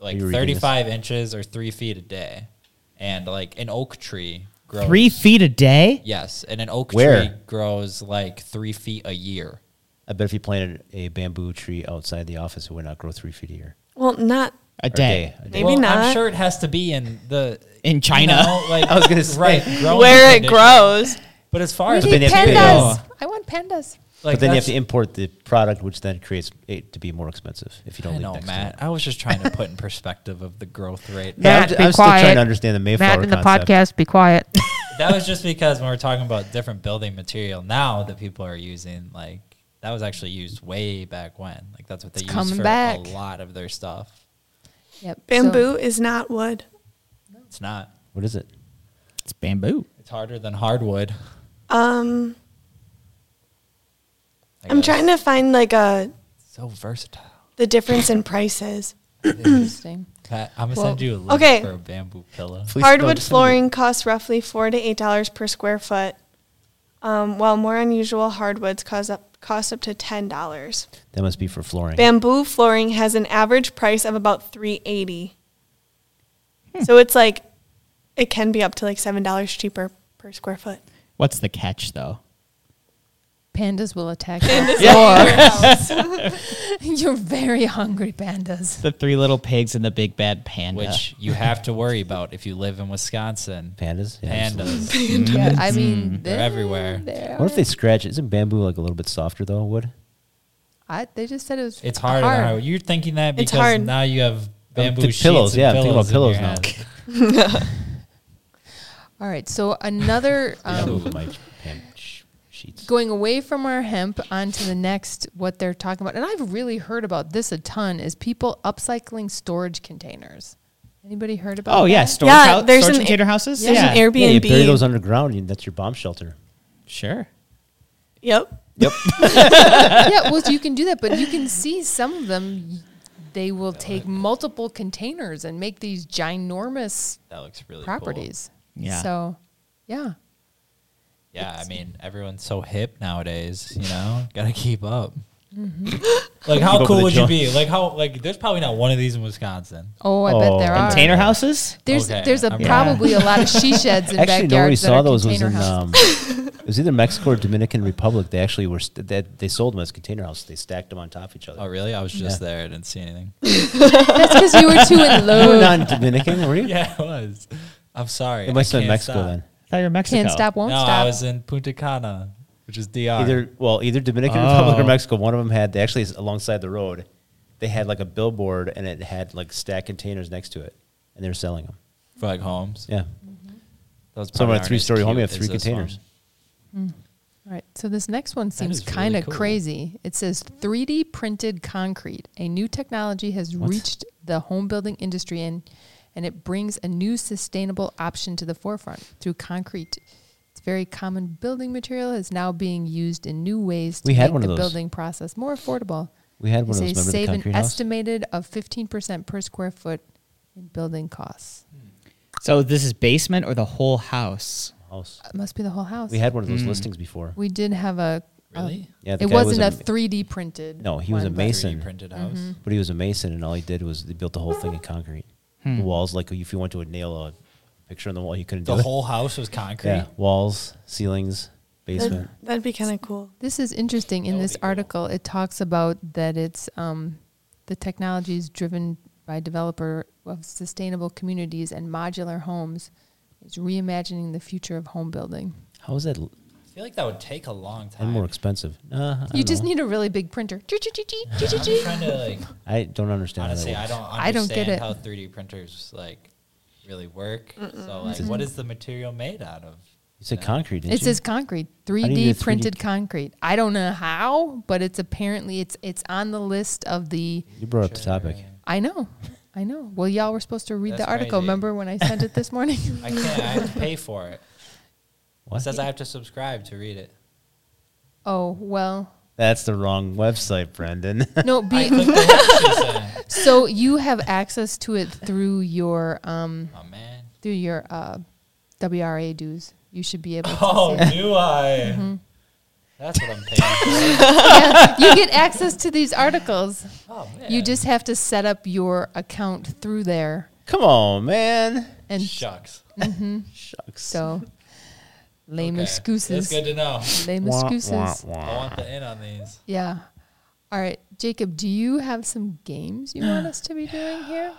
like
Are you reading this?
35 inches or three feet a day, and like an oak tree grows
Three feet a day.
Yes, and an oak
Where?
tree grows like three feet a year.
I bet if you planted a bamboo tree outside the office, it would not grow three feet a year.
Well, not
A
Or
day.
A day.
Maybe
well, I'm
not.
sure it has to be in the
In China.
You know, like
I was gonna say.
right growing
where it
conditions.
grows.
But as far
We
as
then
need
you have to pay-
pandas. I want pandas.
like,
but then you
that's-
have to import the product, which then creates it to be more expensive if you don't
I
leave
know,
next
Matt.
to it.
I was just trying to put in perspective of the growth rate.
Yeah, I'm
Matt,
ju-
be
I'm still trying
quiet.
to understand the Mayflower
Matt in the
concept.
podcast, be quiet.
That was just because when we're talking about different building material now that people are using, like that was actually used way back when. Like that's what they
It's
use
coming
for
back.
a lot of their stuff.
Yep. so-
Bamboo is not wood.
It's not.
What is it?
It's bamboo.
It's harder than hardwood.
Um,
I
I'm
guess.
trying to find like a
So versatile.
the difference in prices.
Interesting.
Pat, I'm gonna
Well,
send you a link
okay.
for a bamboo pillow.
Please don't
Hardwood
send
flooring costs roughly four to eight dollars per square foot, um, while more unusual hardwoods cost up cost up to ten dollars.
it. That must be for flooring.
Bamboo flooring has an average price of about three eighty. So it's like, it can be up to like seven dollars cheaper per square foot.
What's the catch though?
Pandas will attack
Yeah.
you. You're very hungry, pandas.
The Three Little Pigs and the Big Bad Panda.
which you have to worry about if you live in Wisconsin.
Pandas. Yeah, absolutely.
Pandas.
Yeah, I mean,
Mm-hmm. They're everywhere.
They
What if they scratch it? Isn't bamboo like a little bit softer though? Wood.
I, they just said it was.
It's harder than hard. You're thinking that
It's
because
hard.
now you have bamboo
Um, the
sheets
pillows,
and
yeah, I'm thinking about
pillows in your
pillows
hand.
All right. So another um,
Ooh, my pan- sh- sheets.
going away from our hemp onto the next what they're talking about, and I've really heard about this a ton is people upcycling storage containers. Anybody heard about?
Oh yeah,
that?
storage,
Yeah,
hou-
there's
storage
an-
container houses.
There's
yeah,
an
Yeah, you
Airbnb.
bury those underground, and that's your bomb shelter.
sure.
yep.
yeah, well, you can do that, but you can see some of them. y- They will take multiple containers and make these ginormous
That looks really cool.
properties.
Yeah.
So, yeah.
Yeah, I mean, everyone's so hip nowadays, you know? Gotta keep up. like,
Keep up
how
with
cool
the
would you be?
Joneses.
Like, how, like, there's probably not one of these in Wisconsin.
Oh, I bet
Oh.
there are.
Container houses?
There's
Okay,
there's a,
I'm-
probably a lot of she sheds in
Actually, no, we
backyards that
saw
are
those was
container
in
houses.
um, it was either Mexico or Dominican Republic. They actually were st- that they sold them as container houses. They stacked them on top of each other.
Oh, really? I was just there. I didn't see anything.
That's because you were too in
You were
love.
uh, not in Dominican, were you?
yeah, it was. I'm sorry.
It must
I
have been
can't
Mexico
stop.
then.
I thought you were Mexico.
Can't stop, won't
No,
stop.
I was in Punta Cana, which is DR.
Either well, either Dominican Republic
Oh.
or Mexico. One of them had they actually is alongside the road. They had like a billboard and it had like stacked containers next to it, and they were selling them.
for like homes.
Yeah,
Those probably
So about a
aren't
three-story
as
home, you
cute
have three
as this one.
containers.
All right, so this next one seems
is really
kind of
cool.
crazy. It says 3D printed concrete. A new technology has reached the home building industry and and it brings a new sustainable option to the forefront through concrete. It's very common building material is now being used in new ways to
We had
make
one
the
of those.
building process more affordable.
we had
They
one of
say
those. Remember the
save an
concrete house?
estimated of fifteen percent per square foot in building costs.
So this is basement or the whole house?
house.
It must be the whole house.
We had one of
Hmm.
those listings before.
We did have a. a-
Really?
Yeah, the
it
guy was
wasn't
a
a
ma-
3D printed.
No, he was a
one, but-
mason,
printed house.
Mm-hmm.
but he was a mason, and all he did was they built the whole thing in concrete. The walls, like if you went to a nail a picture on the wall, you couldn't
Hmm. The
do
whole house was concrete.
it. Yeah, walls, ceilings,
That'd,
basement.
that'd be kind of cool.
This is interesting. In
That would
this
be cool.
article, it talks about that it's um, the technology is driven by developer of sustainable communities and modular homes. Is reimagining the future of home building.
How is that? l-
I feel like that would take a long time.
And more expensive. Uh, I
You
don't
just
know.
need a really big printer.
I'm just trying to like
I don't understand. how that
honestly, I
works.
don't understand
I don't get it.
how 3D printers like really work. So like, what is the material made out of?
You said concrete. Didn't
It
you?
says concrete,
do you
3D
do 3D?
printed concrete. I don't know how, but it's apparently it's it's on the list of the.
you brought up the topic.
I know, I know. Well, y'all were supposed to read
That's
the article.
crazy.
Remember when I sent it this morning?
I can't. I have to pay for it. It
What?
says I have to subscribe to read it.
oh well.
That's the wrong website, Brendan.
No, be,
I clicked the link she sent.
So you have access to it through your um
Oh man.
through your uh WRA dues. You should be able to
Oh,
see. it.
do I?
Mm-hmm.
That's what I'm paying. for.
Yeah, you get access to these articles.
Oh man.
You just have to set up your account through there
Come on, man.
and
shucks.
Shucks.
so lame
Okay. That's
excuses.
good to know.
Lame
Wah,
excuses.
wah,
I
wah.
want the in on these.
Yeah. All right, Jacob, do you have some games you want us to be doing here?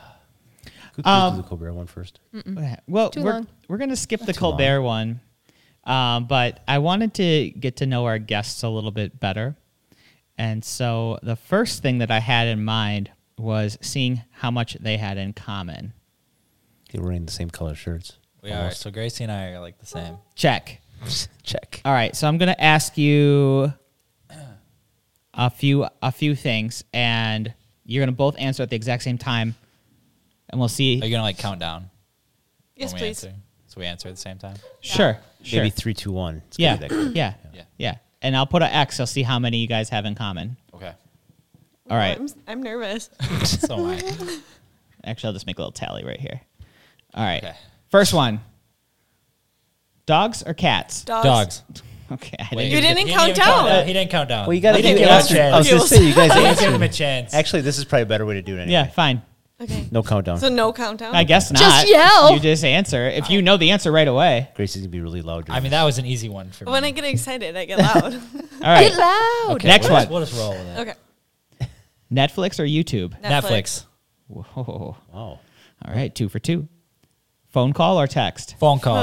Who- who
Um,
did the Colbert one first?
What hap- Well,
Mm. Too
we're,
long.
we're going to skip the Colbert one, um, but I wanted to get to know our guests a little bit better. And so the first thing that I had in mind was seeing how much they had in common.
They were wearing the same color shirts.
We are. So Gracie and I are like the same.
Check.
Check.
All right, so I'm going to ask you a few a few things and you're going to both answer at the exact same time and we'll see
Are you gonna like count down?
Yes,
when we
please.
Answer? So we answer at the same time.
Sure. Sure.
Maybe three, two, one. It's
yeah.
Gonna be that quick.
yeah.
Yeah.
Yeah. And I'll put an X. I'll see how many you guys have in common.
Okay.
All right.
I'm, I'm nervous.
So am I.
Actually, I'll just make a little tally right here. All right.
Okay.
First one. Dogs or cats?
Dogs.
Dogs.
Okay. I
Wait,
didn't-
You
he-
didn't
he
count
even
down.
He didn't count down.
Well, you got
We
to
didn't
give
give him a
I was
chance.
going to say you guys
We didn't give him a
answered.
chance.
Actually, this is probably a better way to do it. Anyway.
Yeah, fine.
Okay.
No countdown.
So no countdown.
I guess not.
yell.
You just answer. If you know the answer right away.
Gracie's gonna be really loud. during
I mean,
this.
that was an easy one for me.
When I get excited, I get loud.
All right.
Get loud.
Okay,
Next
we'll just-
one.
We'll just roll with it.
okay.
Netflix or YouTube?
Netflix.
Whoa. All
Wow.
right. Two for two. Phone call or text?
Phone call.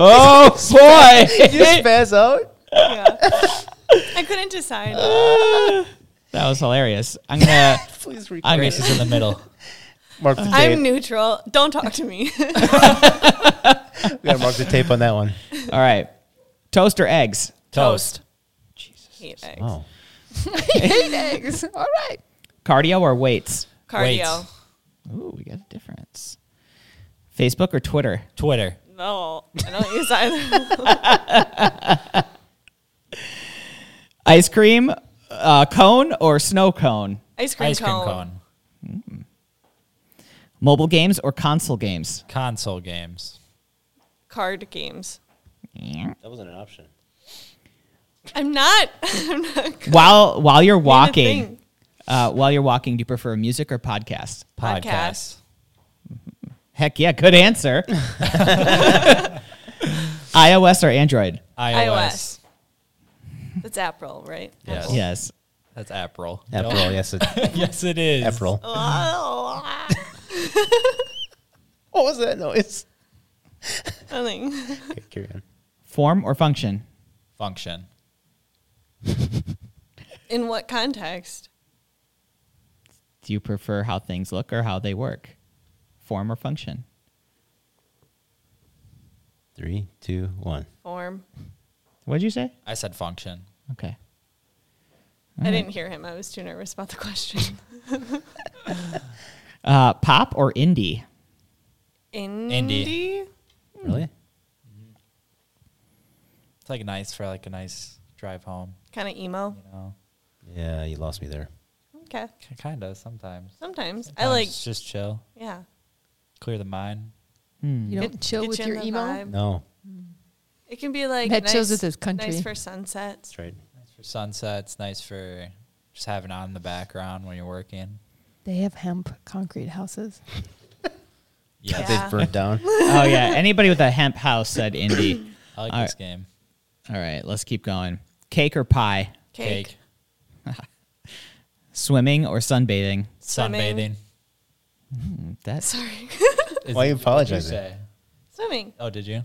Oh, boy.
You spaz out.
Yeah. I couldn't decide.
that was hilarious. I'm going to.
Please
I'm gonna-
Grace is in the middle.
mark the tape.
I'm neutral. Don't talk to me.
We gotta mark the tape on that one.
All right. Toast or eggs?
Toast.
Hate eggs.
Wow.
Eight eggs. All right.
Cardio or weights?
Cardio.
Ooh, we got a difference. Facebook or Twitter?
Twitter.
No, I don't use either.
Ice cream uh, cone or snow cone?
Ice cream
Ice cream
cone.
cone.
Mobile games or console games?
Console games.
Card games.
That wasn't an option.
I'm not. I'm not
While while you're
thing.
walking, uh, while you're walking, do you prefer music or podcast?
Podcast.
Podcast.
Heck yeah, good answer. iOS or Android?
iOS.
iOS. That's April, right?
Yes.
Yes.
That's April.
April,
Nope.
yes, it's
yes, it is.
April.
Oh,
What was that noise?
nothing.
Okay, carry on.
Form or function?
Function.
In what context?
Do you prefer how things look or how they work? Form or function?
Three, two, one.
Form.
What did you say?
I said function.
Okay.
I didn't hear him. I was too nervous about the question.
Uh, pop or indie?
Indie.
Really?
It's like nice for like a nice drive home.
Kind of emo.
You know,
Yeah, you lost me there.
Okay.
kind of sometimes.
Sometimes. I
Sometimes
like.
it's just chill,
Yeah.
clear the mind.
You don't chill
Get
with
you in
your
the
emo.
vibe.
No,
It can be like
That
nice,
chills with his country.
Nice for sunsets.
that's right.
Nice for sunsets. Nice for just having on in the background when you're working.
They have hemp concrete houses.
Yes.
Yeah.
They burnt down.
oh yeah, anybody with a hemp house said indie.
I like
All
this
right.
game.
All right, let's keep going. Cake or pie?
Cake.
Cake.
Swimming or sunbathing?
Sunbathing.
Swimming.
That's
Is-
Why are you
what'd
apologizing?
say?
Swimming.
Oh, did you?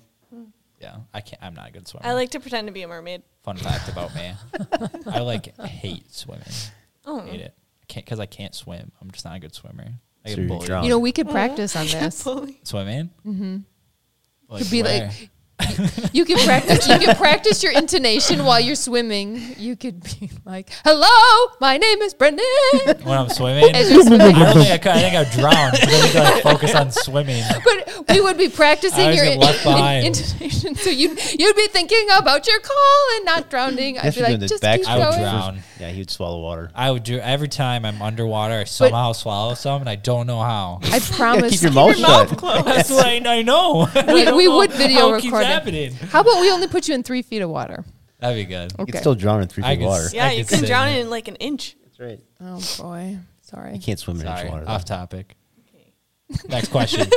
Yeah, I can't. I'm not a good swimmer.
Mm. I like to pretend to be a mermaid.
Fun fact about me, I like hate swimming.
Oh.
Hate it. I can't because I can't swim. I'm just not a good swimmer. I
So
get
you're
bullied.
drunk.
You know, we
Oh,
could practice on this.
Fully.
Swimming. Mm-hmm. Like,
Could be like-
where?
You could practice. You could practice your intonation while you're swimming. You could be like, "Hello, my name is Brendan."
when I'm swimming.
As you're swimming.
I don't think I could. I think I'd drown. But then you gotta focus on swimming.
But we would be practicing
always
your
get left behind.
intonation, so you'd you'd be thinking about your call and not drowning. I'd
That's
be
what
like,
the
just
back-
keep
I would
going.
drown.
Yeah, he would swallow water.
I would do every time I'm underwater. I somehow swallow some, and I don't know how.
I promise.
keep your mouth shut.
That's what I, I know.
We, we would video
how it keeps
record it.
happening.
How about we only put you in three feet of water?
That'd be good.
You
Okay.
can still drown in three
I
feet of
could
water.
s-
Yeah,
I
you
could
can
sit
drown
in
it
it.
in like an inch.
That's right.
oh boy, sorry.
You can't swim in inch
Sorry,
water.
off
though.
topic. Next question.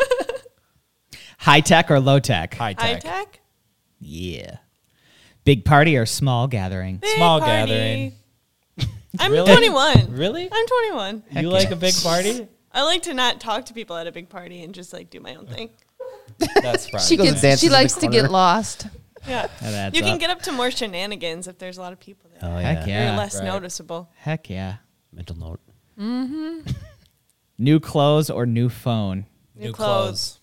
high tech or low tech?
High
High
tech.
tech.
Yeah. Big party or small gathering?
Big
Small
party.
gathering.
I'm
Really?
21.
Really?
I'm 21.
You like a big party?
I like to not talk to people at a big party and just like do my own thing.
That's right.
She
goes and
gets.
dances
She
in the
likes to get
corner.
lost.
Yeah.
That adds
You can
up.
get up to more shenanigans if there's a lot of people there.
Oh,
Heck
yeah.
yeah.
They're less
Right.
noticeable.
Heck yeah.
Mental note.
New clothes or new phone?
New clothes.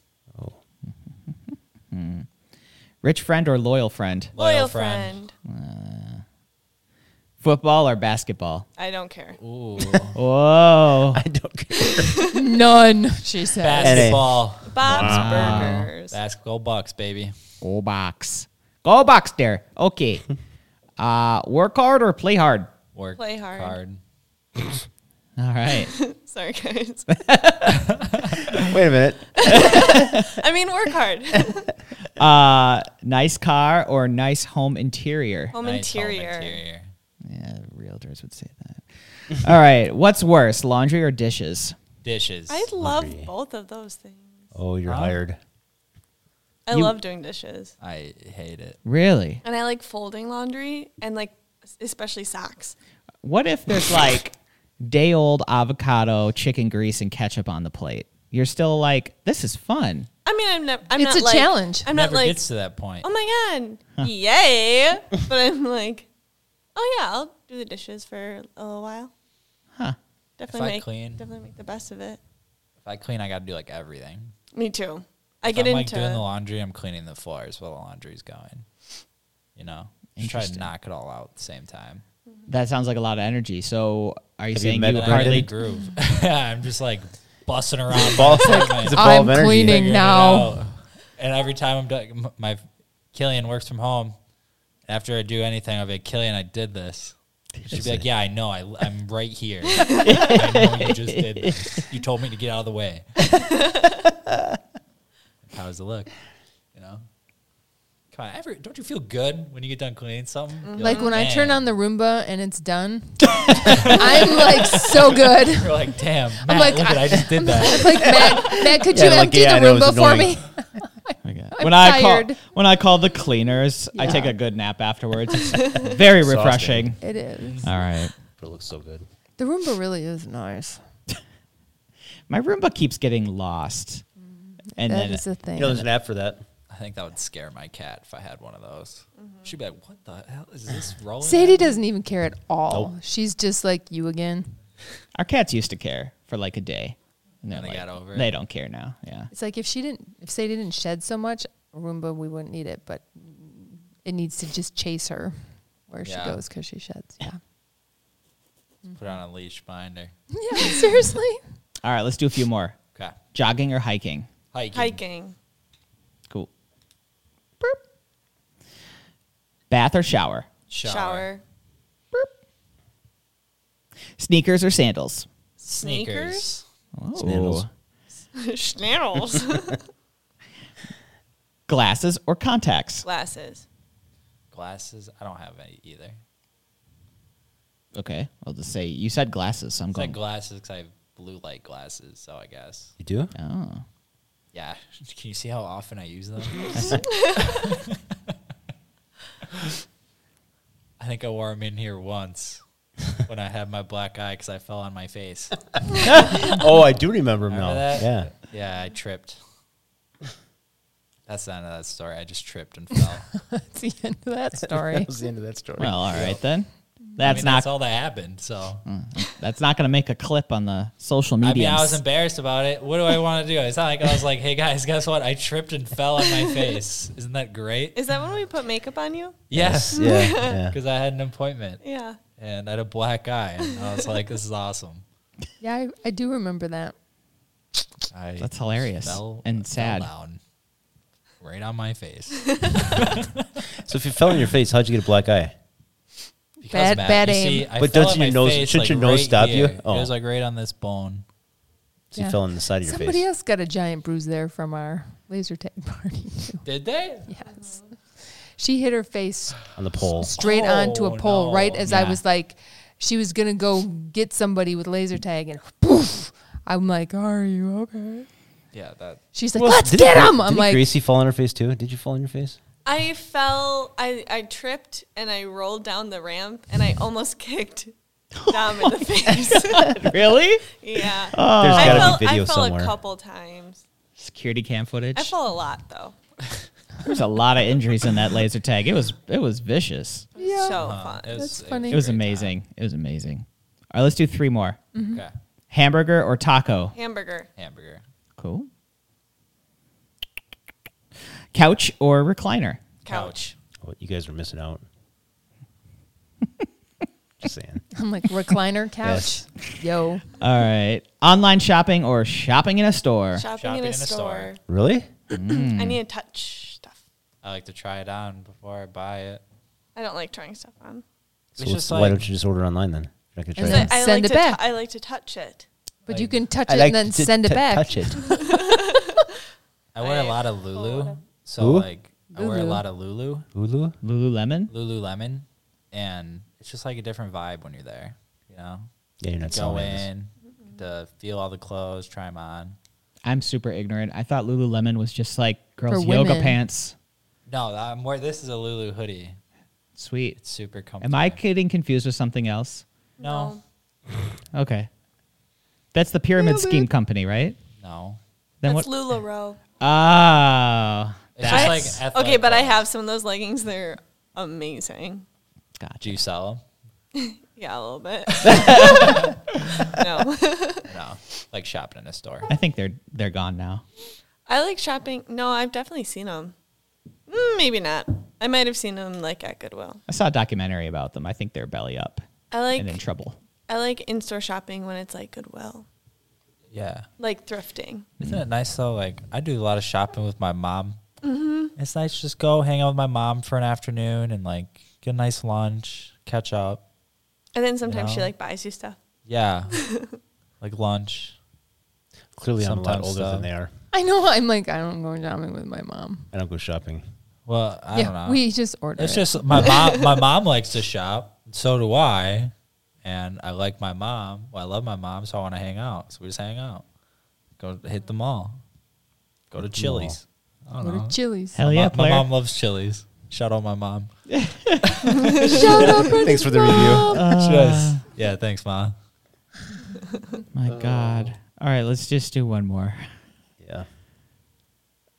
Rich friend or loyal friend?
Loyal
Loyal
friend.
friend.
Football or basketball?
I don't care.
Ooh.
Whoa.
I don't care.
None, she said.
Basketball.
Bob's Burgers.
Basketball bucks, baby.
Go box. Go box there. Okay. Uh, work hard or play hard?
Work
Play hard.
All right.
Sorry, guys.
Wait a minute.
I mean, work hard.
Uh, nice car or nice home interior?
Home,
Nice home
interior.
interior.
Yeah, realtors would say that. All right. What's worse, laundry or dishes?
Dishes.
I love
Laundry.
both of those things.
Oh, you're
Huh?
hired.
I
You-
love doing dishes.
I hate it.
Really?
And I like folding laundry and like s- especially socks.
What if there's like day old avocado, chicken grease, and ketchup on the plate? You're still like, this is fun.
I mean, I'm never. I'm
It's
not
a
like-
challenge.
I'm
Never
not like.
gets to that point.
oh my god, yay! But I'm like, oh yeah, I'll do the dishes for a little while.
Huh.
Definitely
I
make
clean-
definitely make the best of it.
If I clean, I got to do like everything.
Me too. I
If
get
I'm like
into
doing the laundry, I'm cleaning the floors while the laundry's going. You know, just try to
Interesting.
knock it all out at the same time.
That sounds like a lot of energy. So are you
Have you
saying
met
you
And then I get a
hardly
groove. yeah, I'm just like busting around.
Ball-
my equipment,
it's a ball
I'm
of energy.
cleaning
figuring it
now.
out. And every time I'm done, m- my Killian works from home. After I do anything, I'll be like, Killian, I did this. She'd be like, "Yeah, I know. I, I'm right here. I know you just did. that. You told me to get out of the way." How's the look? You know. Come on, ever don't you feel good when you get done cleaning something? You're
Mm-hmm. Like when I turn
"Man."
on the Roomba and it's done, I'm like so good.
You're like, damn. Matt,
I'm like,
look at, I just did that.
Like Matt, Matt, could
Yeah,
you
like,
empty
yeah, I
the
know, it was
Roomba for
annoying.
me?
Okay.
I'm
when I call
tired.
when I call the cleaners, I take a good nap afterwards. It's very refreshing.
It is.
All right.
But it looks so good.
The Roomba really is nice.
My Roomba keeps getting lost. And
That
then
is the thing.
You know, there's an app for that.
I think that would scare my cat if I had one of those. She'd be like, "What the hell is this rolling?"
Mm-hmm. Sadie doesn't even care at all. She's just like you again.
our cats used to care for like a day. And then
And they got over it.
They don't care now. Yeah.
It's like if she didn't, if Sadie didn't shed so much, a Roomba we wouldn't need it, but it needs to just chase her where
Yeah.
she goes because she sheds. Yeah.
Put her on a leash, find her.
yeah. Seriously.
All right, let's do a few more.
Okay,
Jogging or hiking?
hiking.
Hiking.
Cool. Boop. Bath or shower?
Shower.
Shower.
Sneakers or sandals?
Sneakers.
Oh.
Sandals.
Schnannels.
Glasses or contacts?
Glasses.
Glasses. I don't have any either.
Okay, I'll just say you said glasses, so I'm
It's like
going.
glasses because I have blue light glasses, so I guess.
You do?
oh.
Yeah. Can you see how often I use them? I think I wore them in here once when I had my black eye because I fell on my face.
oh, I do remember them now.
Remember that?
Yeah.
Yeah, I tripped. That's the end of that story. I just tripped and fell. I mean,
That's the end of that story.
was the end of that story.
Well, all right then. That's
that's
not
all that happened. So
that's not going to make a clip on the social
I
media.
mean, I was embarrassed about it. What do I want to do? It's not like I was like, "Hey guys, guess what? I tripped and fell on my face. Isn't that great?"
Is that when we put makeup on you?
Yes,
Yeah. yeah.
because I had an appointment
Yeah.
and I had a black eye, and I was like, "This is awesome."
yeah, I, I do remember that.
I
That's hilarious
fell-
and
fell
sad.
down right on my face.
So if you fell on your face, how'd you get a black eye?
Because,
Bad- bad aim.
I
But
fell
doesn't
on
your
my
nose-
face,
should
like,
your nose
right
stop you?
here.
Oh.
It was like right on this bone.
So
Yeah.
you fell on the side of your
Somebody
face.
else got a giant bruise there from our laser tag party. Too.
Did they?
Yes. She hit her face
On the pole.
straight onto
Oh,
a pole
no.
right as I
Yeah.
was like, she was gonna go get somebody with laser tag, and poof! I'm like, "Are you okay?"
Yeah, that
She's like, "Let's get him!" I'm
did
like,
Gracie fall on her face too? Did you fall on your face?
I fell. I, I tripped and I rolled down the ramp and I almost kicked Dom
Oh
in the face.
really
yeah. I
There's Oh, gotta
fell,
be video
I fell
somewhere.
a couple times.
security cam footage.
I fell a lot though.
There's a lot of injuries in that laser tag. It was it was vicious.
"Yeah."
So
uh,
fun.
it was,
That's
it
funny.
It was
great time.
amazing. It was amazing. All right, let's do three more.
Okay,
Hamburger or taco?
Hamburger.
hamburger,
Cool. Couch or recliner?
Couch.
Oh, you guys are missing out. Just saying.
I'm like recliner couch,
Yes.
yo.
All right. Online shopping or shopping in a store?
Shopping,
Shopping
in a,
in a
store.
store.
Really? Hmm.
I need to touch stuff.
I like to try it on before I buy it.
I don't like trying stuff on.
It's
So what's-
just
why
like
don't you just order online then? You're not gonna try
And
it
But
then
on.
I
send
like
it
to tou-
back.
I like to touch it.
But
Like,
you can touch
I
it
like
and then
to
send it
t-
back.
Touch it.
I wear a lot of Lulu, so
Who?
like I wear a
Lulu.
lot of Lulu,
Hulu?
Lululemon?
Lululemon, and it's just like a different vibe when you're there. You know,
Yeah, you're not
go
selling this.
in to feel all the clothes, try them on.
I'm super ignorant. I thought Lululemon was just like girls'
For
yoga
women.
pants.
No, I'm wear this is a Lulu hoodie.
Sweet.
It's super
Am
comfortable.
I getting confused with something else?
No,
Okay. That's the Pyramid Scheme Company, right?
no.
Then
That's
what?
LuLaRoe.
Oh,
It's
that-
just like
Okay,
athletic
but I
clothes.
have some of those leggings. They're amazing.
Do you sell
Yeah, a little bit. no.
them? No, like shopping in a store.
I think they're they're gone now.
I like shopping. No, I've definitely seen them. Maybe not. I might have seen them like at Goodwill.
I saw a documentary about them. I think they're belly up
I
and in
like
trouble.
I like in-store shopping when it's like Goodwill,
Yeah.
like thrifting.
Isn't it nice though? Like I do a lot of shopping with my mom. Mm-hmm. It's nice to just go hang out with my mom for an afternoon and like get a nice lunch, catch up.
And then sometimes she
No.
like buys you stuff.
Yeah. like lunch.
Clearly, I'm a lot
Sometimes
older
so.
than they are.
I know. I'm like, I don't go shopping with my mom.
I don't go shopping.
Well, I
yeah,
don't know.
we just order.
it's
it.
just my mom. My mom likes to shop. and So do I. And I like my mom. Well, I love my mom, so I want to hang out. So we just hang out. Go hit the mall. Go to Chili's. I don't
go
know.
to Chili's.
Hell
my,
yeah,
mom- my
player.
mom loves Chili's. Shout out my mom.
Shut up,
Thanks for the
Um,
review.
Uh,
Yes. Yeah, thanks, ma.
My God. All right, let's just do one more.
Yeah.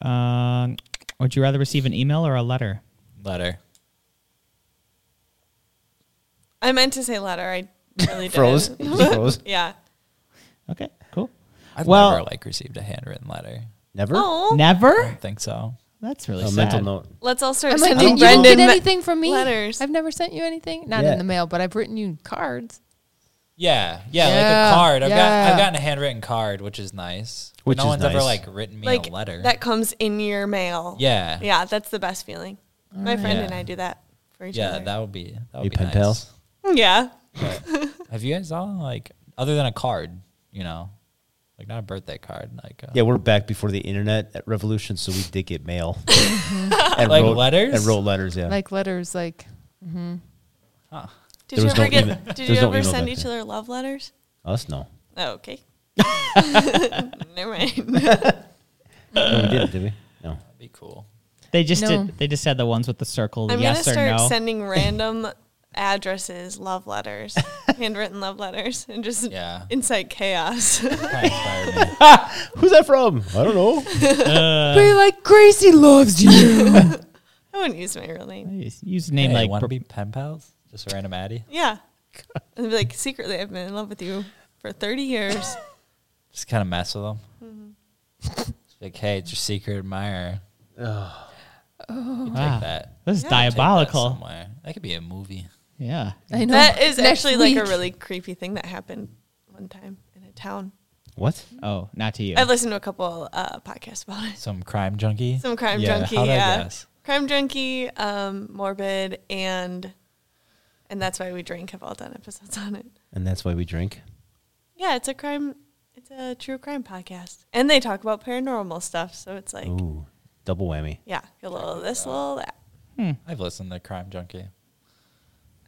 Um, would you rather receive an email or a letter?
Letter.
I meant to say letter. I really
Froze.
didn't.
Froze.
Yeah.
Okay, cool.
I've
Well-
never like received a handwritten letter.
Never.
Oh,
I
Never?
don't think so.
That's really
a
sad.
mental note.
let's all start
I'm like,
sending
did you get
me-
anything from me?
letters.
I've never sent you anything. Not
Yeah.
in the mail, but I've written you cards.
Yeah, yeah,
Yeah,
like a card. I've got
yeah.
I've gotten a handwritten card, which is nice. But
Which
no
is
one's ever
nice.
like written me
like
a letter.
that comes in your mail.
yeah, yeah,
Yeah, that's the best feeling. My friend
Yeah.
and I do that for each other.
that would be that would
You
be
pen
nice.
pals?
yeah.
Have you guys all like other than a card, you know, like not a birthday card, like a,
Yeah, we're back before the internet revolution, so we did get mail. and
Like
wrote,
letters?
And wrote letters, yeah.
Like letters, like
Did you
There was no
ever get?
email-
Did you
there's no
ever
email
send
back
each
then.
other love letters?
Us, no.
Oh, okay. Never mind.
No, we didn't, did we? No.
that'd be cool.
They just
No.
did. They just had the ones with the circle.
I'm
yes
gonna
or
start
no.
sending random addresses, love letters, handwritten love letters, and just
Yeah.
incite chaos.
Kinda inspired me.
Who's that from? I don't know. Uh,
Be like Gracie loves you.
I wouldn't use my real name.
Use- Use name
Hey,
like
want
pro-
to be pen pals? Just a random Addy.
Yeah. And be like, secretly, I've been in love with you for 30 years.
Just kind of mess with them. Just like, hey, it's your secret admirer. You take
Wow.
that.
ah, This is
Yeah,
Take that
diabolical.
somewhere. That could be a movie.
yeah.
I know.
that is
Next
actually like
week.
a really creepy thing that happened one time in a town.
What?
Oh, not to you.
I listened to a couple uh, podcasts about it.
Some crime junkie.
Some crime
Yeah,
junkie,
how'd I
yeah.
guess?
Crime junkie, um, morbid, and and that's why we drink. Have all done episodes on it.
And that's why we drink.
Yeah, it's a crime. It's a true crime podcast, and they talk about paranormal stuff. So it's like,
Ooh, double whammy.
yeah, a little of this, a little of that.
I've listened to Crime Junkie.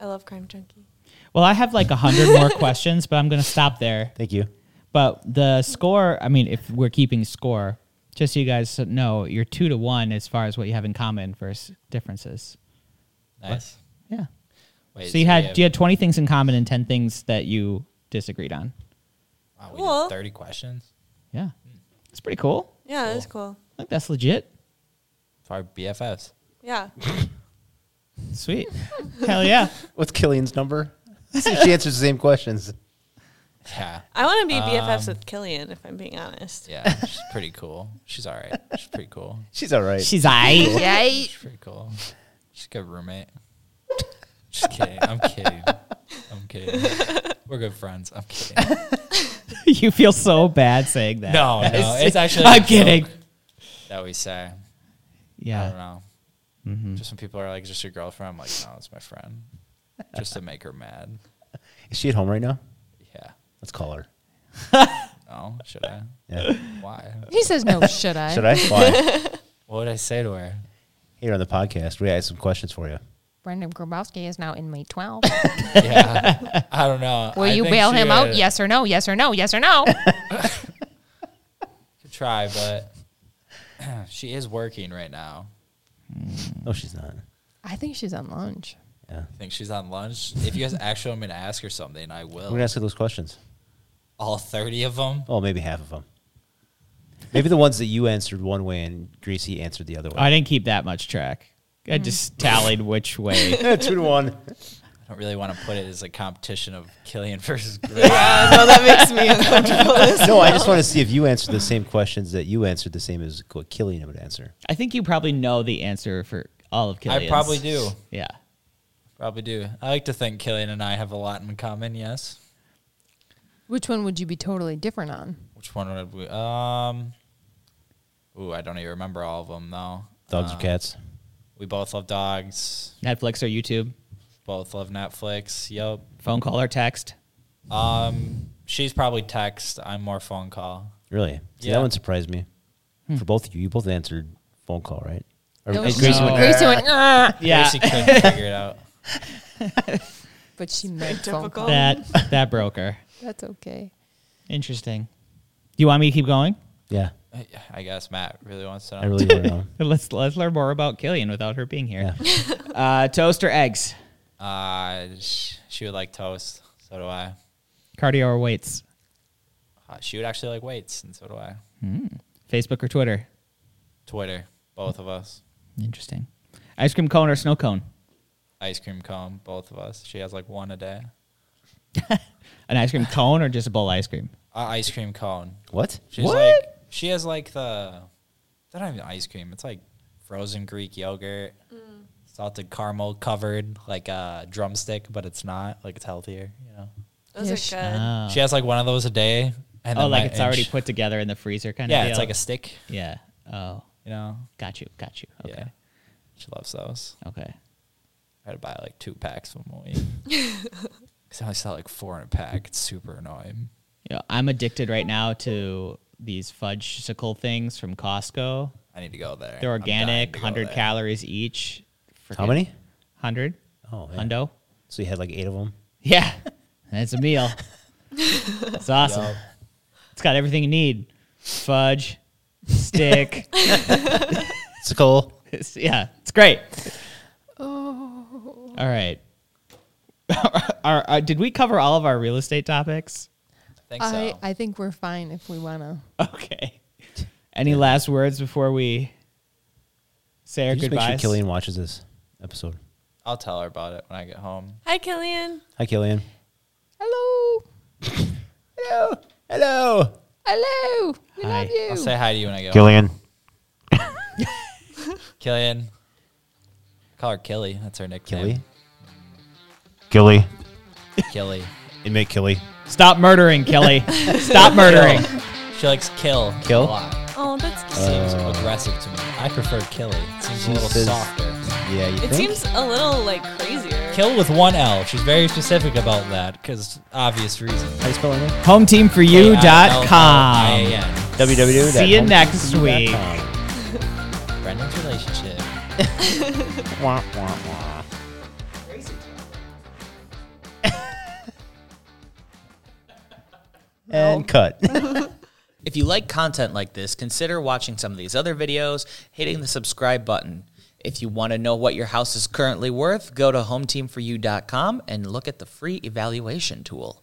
I love crime junkie.
well, I have like a hundred more questions, but I'm gonna stop there.
Thank you.
But the score, I mean, if we're keeping score, just so you guys know, you're two to one as far as what you have in common versus differences.
Nice.
Yeah.
Wait,
so you
we
had
have-
you had 20 things in common and 10 things that you disagreed on.
wow, we
Cool.
did thirty questions.
Yeah. It's pretty cool.
Yeah, that's cool.
I think that's legit.
Probably BFFs.
Yeah,
Sweet. Hell yeah.
What's Killian's number? See if she answers the same questions.
Yeah,
I want to be BFFs with Killian. If I'm being honest,
Um, yeah. She's pretty cool. She's all right. She's pretty cool.
She's all right.
She's I.
Yay.
She's pretty cool. She's a good roommate. Just kidding. I'm kidding. I'm kidding. We're good friends. I'm kidding.
you feel so bad saying that.
No, no. It's actually. a
I'm
joke
kidding.
That we say. I don't
Yeah.
know. Just when people are like, "Just your girlfriend," I'm like, "No, it's my friend," just to make her mad.
Is she at home right now?
Yeah.
Let's call her.
No, should I?
Yeah.
Why?
he says no. Should I?
Should I? Why?
What would I say to her?
Here on the podcast, we had some questions for you.
Brendan Grabowski is now in May 12.
Yeah, I don't know.
Will
I
you
think
bail
she
him out?
would
Yes or no? Yes or no? Yes or no?
Try, but she is working right now.
No, she's not.
I think she's on lunch.
Yeah.
I think she's on lunch. If you guys actually want me to ask her something, I
We're
will.
going to ask her those questions.
All thirty of them.
Oh, maybe half of them. Maybe the ones that you answered one way and Gracie answered the other
I
way.
didn't keep that much track. I just tallied which way.
Two to one.
I don't really want to put it as a competition of Killian versus Grace.
yeah, no, that makes me uncomfortable.
No, I just want to see if you answered the same questions that you answered the same as what Killian would answer.
I think you probably know the answer for all of Killian's.
I probably do.
Yeah.
Probably do. I like to think Killian and I have a lot in common. Yes.
Which one would you be totally different on?
Which one would we? Um. Ooh, I don't even remember all of them though.
Dogs
Uh,
or cats?
We both love dogs.
Netflix or YouTube.
Both love Netflix. Yep.
Phone call or text?
Um, she's probably text. I'm more phone call.
Really? See,
Yeah.
that one surprised me. For both of you, you both answered phone call, right? Or,
No,
and
she-
Gracie went,
Gracie went, "Ah,"
Yeah,
She couldn't figure it out.
but she meant phone
difficult.
call.
that that broker.
That's okay.
Interesting. Do you want me to keep going?
yeah,
I- I guess Matt really wants to know.
I really don't know.
Let's let's learn more about Killian without her being here.
Yeah.
Uh, toast or eggs?
uh, sh- she would like toast. So do I.
Cardio or weights?
Uh, she would actually like weights, and so do I.
Facebook or Twitter?
Twitter, both of us.
Interesting. Ice cream cone or snow cone?
Ice cream cone, both of us. She has like one a day.
An ice cream cone or just a bowl of ice cream?
Uh, ice cream cone.
What?
She's like she has like the they're not even ice cream. It's like frozen Greek yogurt, salted caramel covered like a drumstick, but it's not like it's healthier. You know,
Those
Yes.
are
Uh,
good.
Ah.
she has like one of those a day. And
oh, like
then my-
it's
and
already
sh-
put together in the freezer, kind
Yeah,
of.
it's like a stick.
yeah. Oh,
You know,
got you, got you. Okay,
yeah. She loves those.
okay.
I had to buy like two packs from one week. Cause I only saw like four in a pack. It's super annoying.
You know, I'm addicted right now to these fudgesicle things from Costco.
I need to go there.
They're
I'm dying
organic,
to go
100
there.
calories each.
How many?
100.
Oh, yeah.
Hundo.
So you had like eight of them.
Yeah, that's a meal. It's awesome.
Yup.
It's got everything you need: fudge, stick.
It's cool.
It's- yeah, it's great. Oh. All right. Our- our- did we cover all of our real estate topics?
I think so.
I, I think we're fine if we want to.
Okay. Any last words before we say our
Just make sure
goodbyes?
Killian watches this episode.
I'll tell her about it when I get home.
Hi, Killian.
Hi, Killian.
Hello.
Hello. Hello.
Hello. We
Hi.
love you.
I'll say hi to you when I get home.
Gillian.
Killian. Call her Killy. That's her nickname.
Killy.
Gilly.
Killy.
Inmate Killy.
Stop murdering, Kelly. Stop murdering.
She likes kill.
Kill?
A
Uh,
lot.
Oh, that's cute.
Seems aggressive to me. I prefer Killy. It seems a little
says-
softer.
Yeah, you
it
think?
seems a little like crazier.
Kill with one L. She's very specific about that because obvious reasons.
How do you spell her name?
HomeTeamForYou.com.
I-L-L-I-A-N.
www.
See you next week.
Brendan's relationship.
Wah, wah, wah.
And cut.
If you like content like this, consider watching some of these other videos, hitting the subscribe button. If you want to know what your house is currently worth, go to hometeamforyou.com and look at the free evaluation tool.